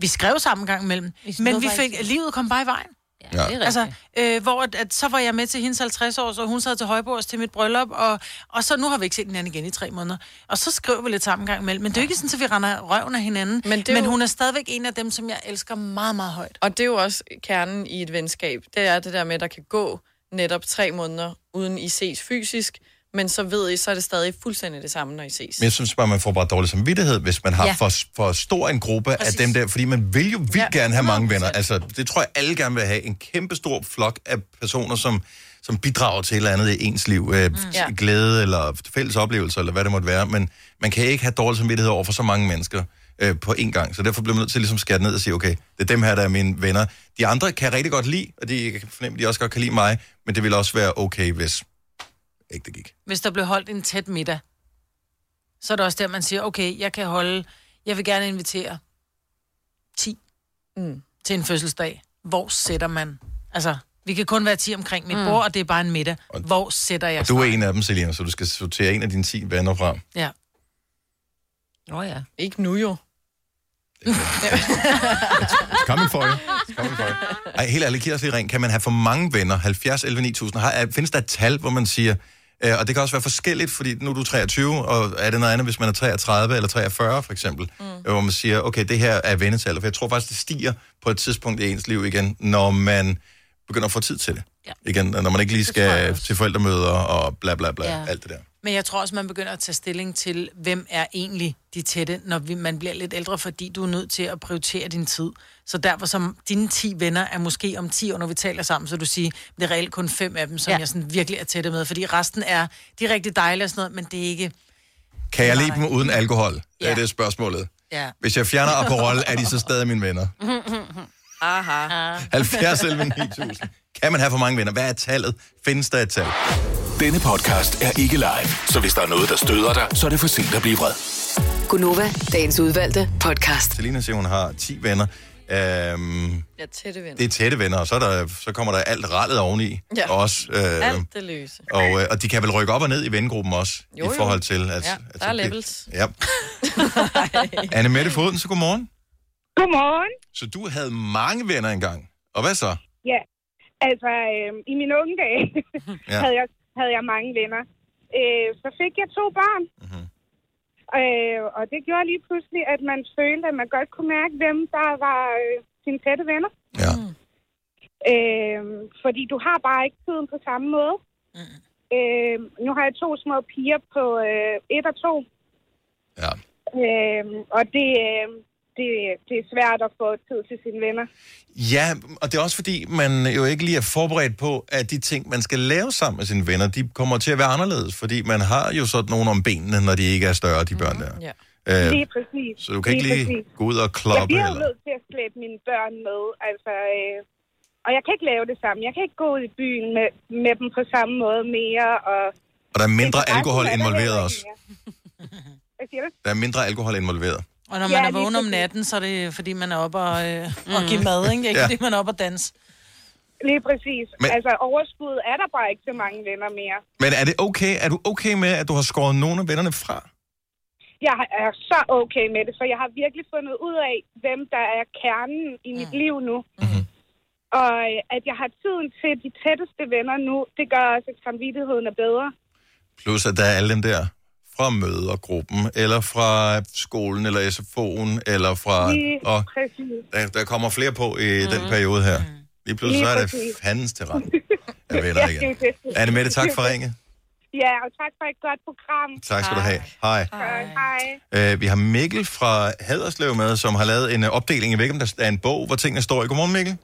Vi skrev sammen en gang imellem, men nåede vi faktisk- fik, livet kom bare i vejen. det er rigtigt. Altså, øh, hvor at, at, så var jeg med til hendes 50 år, og hun sad til højbords til mit bryllup, og, og så nu har vi ikke set hinanden igen i tre måneder. Og så skriver vi lidt sammen en gang imellem, men det er jo ikke sådan, at vi render røven af hinanden. Men, er men jo- hun er stadigvæk en af dem, som jeg elsker meget, meget højt. Og det er jo også kernen i et venskab. Det er det der med, at der kan gå netop tre måneder, uden I ses fysisk, men så ved I, så er det stadig fuldstændig det samme, når I ses. Men jeg synes bare, man får bare dårlig samvittighed, hvis man har Ja. ja. for, for stor en gruppe Præcis. af dem der, fordi man vil jo vildt ja, gerne have mange venner. Altså, det tror jeg, alle gerne vil have. En kæmpe stor flok af personer, som, som bidrager til et eller andet i ens liv. Øh, Ja. ja. Glæde eller fælles oplevelser, eller hvad det måtte være. Men man kan ikke have dårlig samvittighed over for så mange mennesker øh, på én gang. Så derfor bliver man nødt til at ligesom at skære det ned og sige, okay, det er dem her, der er mine venner. De andre kan jeg rigtig godt lide, og de jeg kan fornemme, de også godt kan lide mig, men det vil også være okay, hvis ikke det gik. hvis der blev holdt en tæt middag, så er det også der, man siger, okay, jeg kan holde, jeg vil gerne invitere 10 mm. til en fødselsdag. Hvor sætter man? Altså, vi kan kun være 10 omkring mit Mm. mm. bord, og det er bare en middag. Hvor sætter jeg Og du er stregen? en af dem, Selina, så du skal sortere en af dine 10 venner frem. Ja. Nå ja. Ikke nu jo. Kom en folde. Kom en folde. Ej, helt ærligt, giv os lige ring. Kan man have for mange venner? 70, 11, 9000. Har, er- findes der et tal, hvor man siger, øh, og det kan også være forskelligt, fordi nu er du 23, og er det noget andet, hvis man er 33 eller 43 for eksempel, mm. hvor man siger, okay, det her er vennetallet, for jeg tror faktisk, det stiger på et tidspunkt i ens liv igen, når man begynder at få tid til det. Ja. Igen, når man ikke lige skal til forældremøder og bla bla bla, Ja. ja. alt det der. Men jeg tror også, man begynder at tage stilling til, hvem er egentlig de tætte, når vi, man bliver lidt ældre, fordi du er nødt til at prioritere din tid. Så derfor som dine 10 venner er måske om 10 år, når vi taler sammen, så du siger, det er reelt kun fem af dem, som ja. jeg sådan virkelig er tætte med, fordi resten er, de er rigtig dejlige og sådan noget, men det er ikke... Kan jeg lide dem uden alkohol? Det er Ja. det spørgsmålet. Ja. Hvis jeg fjerner Aperol, er de så stadig mine venner. Aha. 70 11 9000. Kan man have for mange venner? Hvad er tallet? Findes der et tal? Denne podcast er ikke live, så hvis der er noget, der støder dig, så er det for sent at blive vred. Gunova, dagens udvalgte podcast. Selina siger, hun har 10 venner. Øhm, Ja, tætte venner. det er tætte venner, og så, er der, så kommer der alt rallet oveni Ja. også. Øh, Alt det løse. og, øh, og de kan vel rykke op og ned i vennegruppen også, i forhold til... At, ja, at, der er levels. Ja. Anne Mette Foden, så godmorgen. Godmorgen. Så du havde mange venner engang. Og hvad så? Ja, altså øh, i mine unge dage ja. Ja. havde, jeg, havde jeg mange venner. Øh, så fik jeg to børn. Mhm. Mm-hmm. Øh, og det gjorde lige pludselig, at man følte, at man godt kunne mærke dem, der var øh, sine tætte venner. Ja. Øh, fordi du har bare ikke tiden på samme måde. Mm. Øh, nu har jeg to små piger på øh, et og to. Ja. Øh, og det, øh, det, det er svært at få tid til sine venner. Ja, og det er også fordi, man jo ikke lige er forberedt på, at de ting, man skal lave sammen med sine venner, de kommer til at være anderledes, fordi man har jo sådan nogen om benene, når de ikke er større, de Mhm. børn der. Ja. Øh, Lige præcis. så du kan Lige ikke lige præcis. gå ud og Jeg kloppe? bliver jo Eller? nødt til at slæbe mine børn med. Altså, øh, Og jeg kan ikke lave det samme. Jeg kan ikke gå ud i byen med, med dem på samme måde mere. Og Og der er mindre alkohol involveret også. hvad siger du? Der er mindre alkohol involveret. Og når Ja, man er lige vågen om præcis. natten, så er det fordi, man er oppe og, øh, og Mm. give mad, ikke? Det er ikke Ja. ja. fordi, man er oppe og danse. Lige præcis. Men- Men... Altså, overskud er der bare ikke så mange venner mere. Men er det okay? Er du okay med, at du har skåret nogle af vennerne fra? Jeg er så okay med det, for jeg har virkelig fundet ud af, hvem der er kernen i mit liv nu. Mhm. Mm-hmm. Og øh, at jeg har tiden til de tætteste venner nu, det gør også, at samvittigheden er bedre. Plus at der er alle dem der fra mødergruppen, eller fra skolen, eller SFO'en, eller fra... Lige Og præcis. der, der kommer flere på i mm. den periode her. Lige pludselig Lige så er det præcis. fandens til rand. Jeg ved dig igen. det. Anne Mette, tak for ringet. Ja, og tak for et godt program. Tak skal du have. Hej. Hej. Hej. Uh, vi har Mikkel fra Haderslev med, som har lavet en uh, opdeling. Jeg ved ikke, om der er en bog, hvor tingene står i. Godmorgen, Mikkel.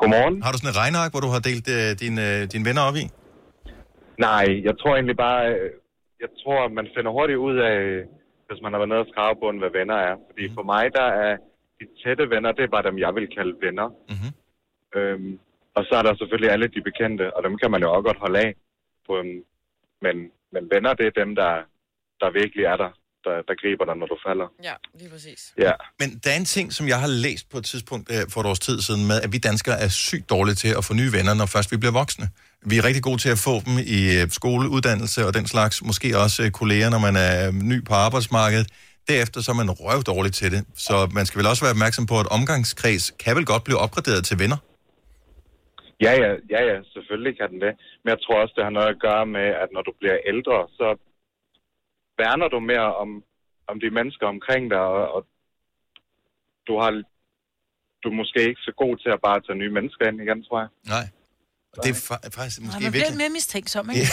Godmorgen. Har du sådan et regnark, hvor du har delt uh, dine uh, din venner op i? Nej, jeg tror egentlig bare, øh, jeg tror, at man finder hurtigt ud af, øh, hvis man har været nede og skrave på, hvad venner er. Fordi for mig, der er de tætte venner, det er bare dem, jeg vil kalde venner. Mhm. Øhm, og så er der selvfølgelig alle de bekendte, og dem kan man jo også godt holde af. På, øhm, men, men venner, det er dem, der, der virkelig er der, der, der griber dig, når du falder. Ja, lige præcis. Ja. Men der er en ting, som jeg har læst på et tidspunkt øh, for et års tid siden med, at vi danskere er sygt dårlige til at få nye venner, når først vi bliver voksne. Vi er rigtig gode til at få dem i øh, skole, uddannelse og den slags. Måske også øh, kolleger, når man er ny på arbejdsmarkedet. Derefter så er man røv dårlig til det. Så man skal vel også være opmærksom på, at omgangskreds kan vel godt blive opgraderet til venner. Ja, ja, ja, ja, selvfølgelig kan den det. Men jeg tror også, det har noget at gøre med, at når du bliver ældre, så værner du mere om, om de mennesker omkring dig, og, og du har du er måske ikke så god til at bare tage nye mennesker ind igen, tror jeg. Nej. Og det er fa- faktisk Nå, måske man bliver lidt virkelig... mere mistænksom, ikke?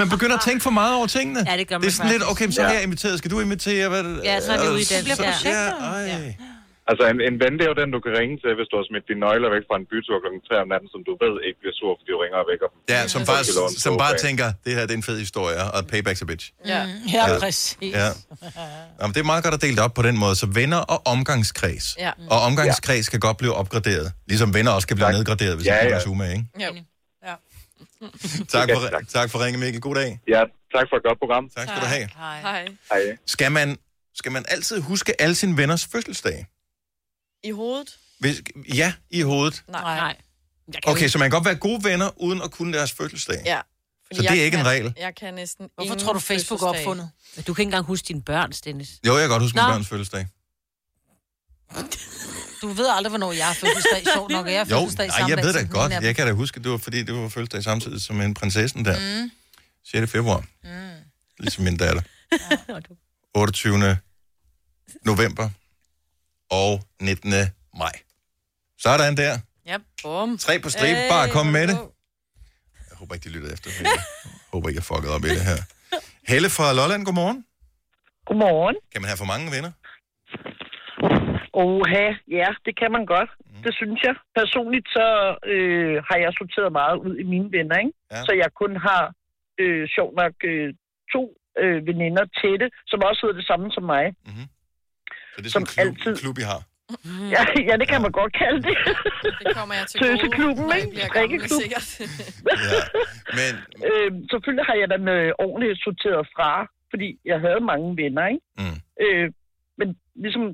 Man begynder at tænke for meget over tingene. Ja, det gør man Det er sådan lidt, faktisk. okay, men så er Ja. jeg inviteret. Skal du invitere? Hvad, Ja, så er det ude i Og den. så- Ja. Ja, ej. Altså, en, en ven, det er jo den, du kan ringe til, hvis du har smidt dine nøgler væk fra en bytur kl. 3 om natten, som du ved ikke bliver sur, fordi du ringer og vækker dem. Ja, som, Så faktisk, skal du låne som bare sofaen. tænker, det her det er en fed historie, og payback's a bitch. Ja, Ja. ja præcis. Ja. Jamen, det er meget godt at dele det op på den måde. Så venner og omgangskreds. Ja. Og omgangskreds kan godt blive opgraderet. Ligesom venner også kan blive nedgraderet, hvis Ja, man ja. ja. umage, ikke? Ja. Tak for, tak for ringen, Mikkel. God dag. Ja, tak for et godt program. Tak skal du have. Hej. Hej. Hej. Skal man, skal man altid huske alle sine venners fødselsdage? I hovedet? Hvis, ja, i hovedet. Nej. Nej. Okay, så man kan godt være gode venner, uden at kunne deres fødselsdag. Ja. Så det er jeg ikke en kan- regel? Jeg kan næsten Hvorfor ingen tror du, Facebook er fødselsdage. opfundet? Men Du kan ikke engang huske dine børn, Dennis. Jo, jeg kan godt huske min Nå. børns fødselsdag. Du ved aldrig, hvornår jeg har fødselsdag. Sjov nok, og jeg har Jo, fødselsdag i nej, samme jeg dag ved som da den godt. af dem. Jeg kan da huske, det var fordi, det var fødselsdag samtidig som en prinsessen der. Mm. 6. februar. Mm. Ligesom min datter. 28. november og 19. maj. Sådan der. Ja, bum. Tre på stribe. Hey, Bare kom med det. hvor- Jeg håber ikke, de lytter efter. Jeg håber ikke, jeg fuckede op i det her. Helle fra Lolland, godmorgen. Godmorgen. Kan man have for mange venner? Oha, ja, det kan man godt. Mm. Det synes jeg. Personligt så øh, har jeg sorteret meget ud i mine venner, ikke? Ja. Så jeg kun har øh, sjovt nok øh, to øh, veninder tætte, som også hedder det samme som mig. Mm-hmm. Så det er sådan en klub, altid... klub, I har. Ja, ja, det kan man godt kalde det. Det kommer jeg til gode, Tøseklubben, når jeg ikke? bliver gammel, Drikkeklub. sikkert. ja, men... øh, selvfølgelig har jeg dem øh, ordentligt sorteret fra, fordi jeg havde mange venner, ikke? Mm. Øh, men ligesom,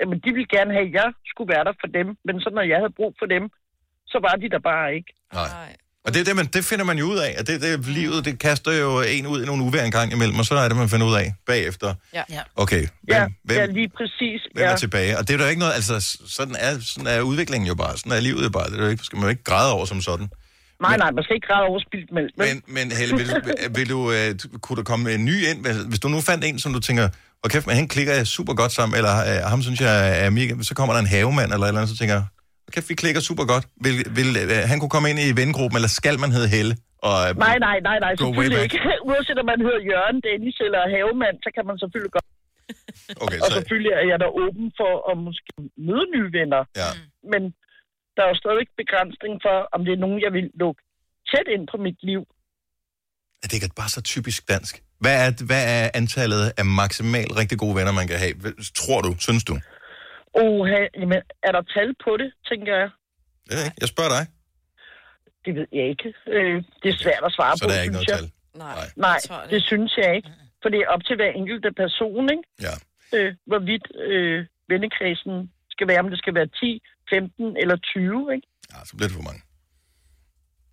jamen, de ville gerne have, at jeg skulle være der for dem, men så når jeg havde brug for dem, så var de der bare ikke. Nej. Og det, er det, man, det finder man jo ud af, at det, det, livet det kaster jo en ud i nogle uvejr en gang imellem, og så er det, man finder ud af bagefter. Ja. ja. Okay, hvem, ja, hvem, Ja, lige præcis. hvem ja. er tilbage? Og det er der ikke noget, altså sådan er, sådan er udviklingen jo bare, sådan er livet jo bare, det er jo ikke, skal man jo ikke græde over som sådan. Nej, nej, man skal ikke græde overspildt mælk. vel? Men, men Helle, vil, du- vil du, øh, kunne der komme en ny ind? Hvis- Hvis du nu fandt en, som du tænker, hvor kæft, men han klikker jeg super godt sammen, eller øh, ham synes jeg er mega, så kommer der en havemand eller et eller andet, så tænker jeg, hvor kæft, vi klikker super godt. Vil, vil, øh, han kunne komme ind i vengruppen, eller skal man hedde Helle? Og, øh, Nej, nej, nej, nej, Go way selvfølgelig back. ikke. Uanset om man hedder Jørgen, Dennis eller Havemand, så kan man selvfølgelig godt. Okay, og så- selvfølgelig er jeg da åben for at måske møde nye venner. Ja. Men der er jo stadigvæk begrænsning for, om det er nogen, jeg vil lukke tæt ind på mit liv. Er det ikke bare så typisk dansk? Hvad er, hvad er antallet af maksimalt rigtig gode venner, man kan have? Hvad- Tror du, synes du? Oha, jamen, er der tal på det, tænker jeg? Det ved jeg ikke. Jeg spørger dig. Det ved jeg ikke. Øh, det er svært at svare Så på, der er ikke synes noget jeg. tal? Nej, Nej det synes jeg ikke. For det er op til hver enkelte person, ikke? Ja. Øh, hvorvidt øh, vennekredsen skal være, om det skal være 10, 15 eller 20, ikke? Ja, Ah, så bliver det for mange.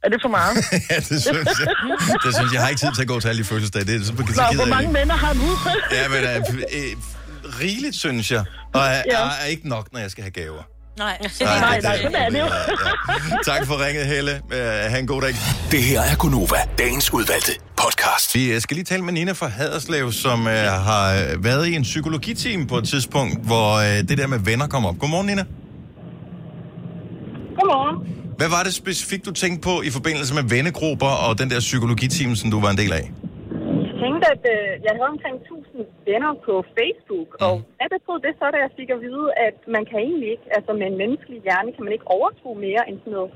Er det for meget? ja, det synes jeg. Det synes jeg. jeg har ikke tid til at gå til alle de fødselsdage. Det er så, så Nå, gider jeg hvor ikke. mange venner har du? Ja, men uh, øh, rigeligt, synes jeg. Og er, Ja. ja. er ikke nok, når jeg skal have gaver. Nej. Nej, Nej, det- nej, sådan er det jo. Tak for ringet, Helle. Uh, ha' en god dag. Det her er Gunova, dagens udvalgte podcast. Vi øh, skal lige tale med Nina fra Haderslev, som uh, har øh, været i en psykologiteam på et tidspunkt, hvor uh, det der med venner kom op. Godmorgen, Nina. Godmorgen. Hvad var det specifikt, du tænkte på i forbindelse med vennegrupper og den der psykologiteam, som du var en del af? Jeg tænkte, at øh, jeg havde omkring 1000 venner på Facebook, og jeg betød det så, da jeg fik at vide, at man kan egentlig ikke, altså med en menneskelig hjerne, kan man ikke overskue mere end sådan noget,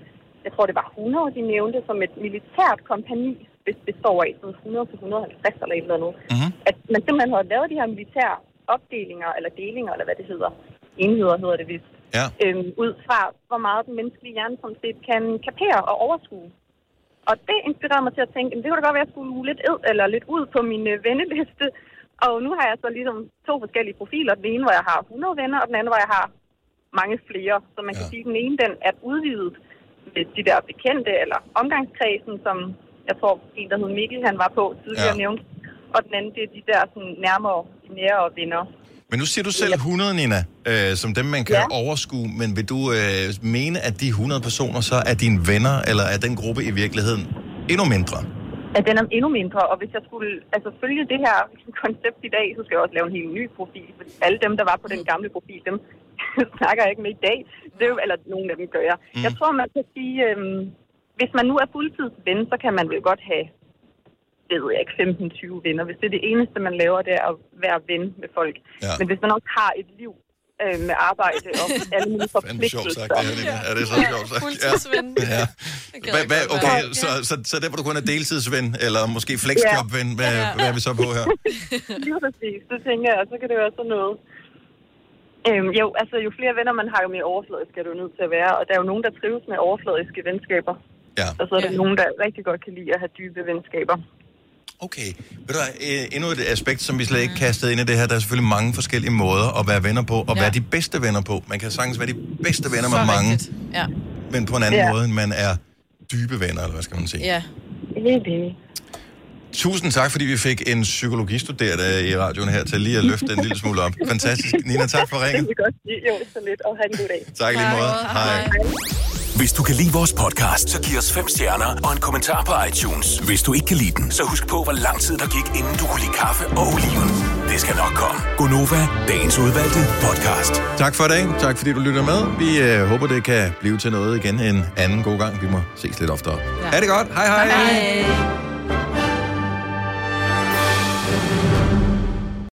jeg tror det var 100, de nævnte, som et militært kompani be- består af, sådan 100 til 150 eller et eller andet. Mm-hmm. At man simpelthen havde lavet de her militære opdelinger, eller delinger, eller hvad det hedder, enheder hedder det vist, ja. øhm, ud fra, hvor meget den menneskelige hjerne som set kan kapere og overskue. Og det inspirerede mig til at tænke, "Jamen, det kunne da godt være, at jeg skulle uge lidt, ed, eller lidt ud på min øh, venneliste. Og nu har jeg så ligesom to forskellige profiler. Den ene, hvor jeg har 100 venner, og den anden, hvor jeg har mange flere. Så man kan sige, at den ene den er udvidet med de der bekendte, eller omgangskredsen, som jeg tror, en, der hed Mikkel, han var på tidligere ja. nævnt. Og den anden, det er de der sådan, nærmere, nære venner. Men nu siger du selv 100, Nina, øh, som dem, man kan ja. overskue. Men vil du øh, mene, at de 100 personer så er dine venner, eller er den gruppe i virkeligheden endnu mindre? at den er endnu mindre, og hvis jeg skulle altså, følge det her koncept i dag, så skal jeg også lave en helt ny profil, for alle dem, der var på den gamle profil, dem snakker jeg ikke med i dag, det er jo, eller nogen af dem gør jeg. Mm. Jeg tror, man kan sige, øhm, hvis man nu er fuldtidsven, så kan man vel godt have, det ved jeg ikke, 15-20 venner, hvis det er det eneste, man laver, det er at være ven med folk. Ja. Men hvis man også har et liv øh, med arbejde og alle mulige Fandme sjovt forpligtelser. sagt, det her, Nina. Er det så sjovt sagt? Ja. ja. Hva, hva, okay, så, så, så der, hvor du kun er deltidsven, eller måske flexjobven, hvad, Ja. hvad er vi så på her? Lige præcis, det tænker jeg, og så kan det være sådan noget. Øhm, jo, altså jo flere venner man har, jo mere overfladisk er du nødt til at være, og der er jo nogen, der trives med overfladiske venskaber. Ja. Og så er der ja. nogen, der rigtig godt kan lide at have dybe venskaber. Okay. Ved du, hvad, øh, endnu et aspekt, som vi slet Mm. ikke kastede ind i det her, der er selvfølgelig mange forskellige måder at være venner på, og ja. være de bedste venner på. Man kan sagtens være de bedste venner med Så mange, rigtigt. Ja. men på en anden Ja. måde, end man er dybe venner, eller hvad skal man sige? ja. Helt enig. Tusind tak, fordi vi fik en psykologistuderende i radioen her til lige at løfte en lille smule op. Fantastisk. Nina, tak for ringet. Det kan vi godt sige. Jo, så lidt, og have en god dag. Tak i lige måde. Hej. Hvis du kan lide vores podcast, så giv os fem stjerner og en kommentar på iTunes. Hvis du ikke kan lide den, så husk på, hvor lang tid der gik, inden du kunne lide kaffe og oliven. Det skal nok komme. Gonova, dagens udvalgte podcast. Tak for i dag. Tak fordi du lytter med. Vi øh, håber, det kan blive til noget igen en anden god gang. Vi må ses lidt oftere. Ja. Ha' det godt. Hej hej. hej. hej.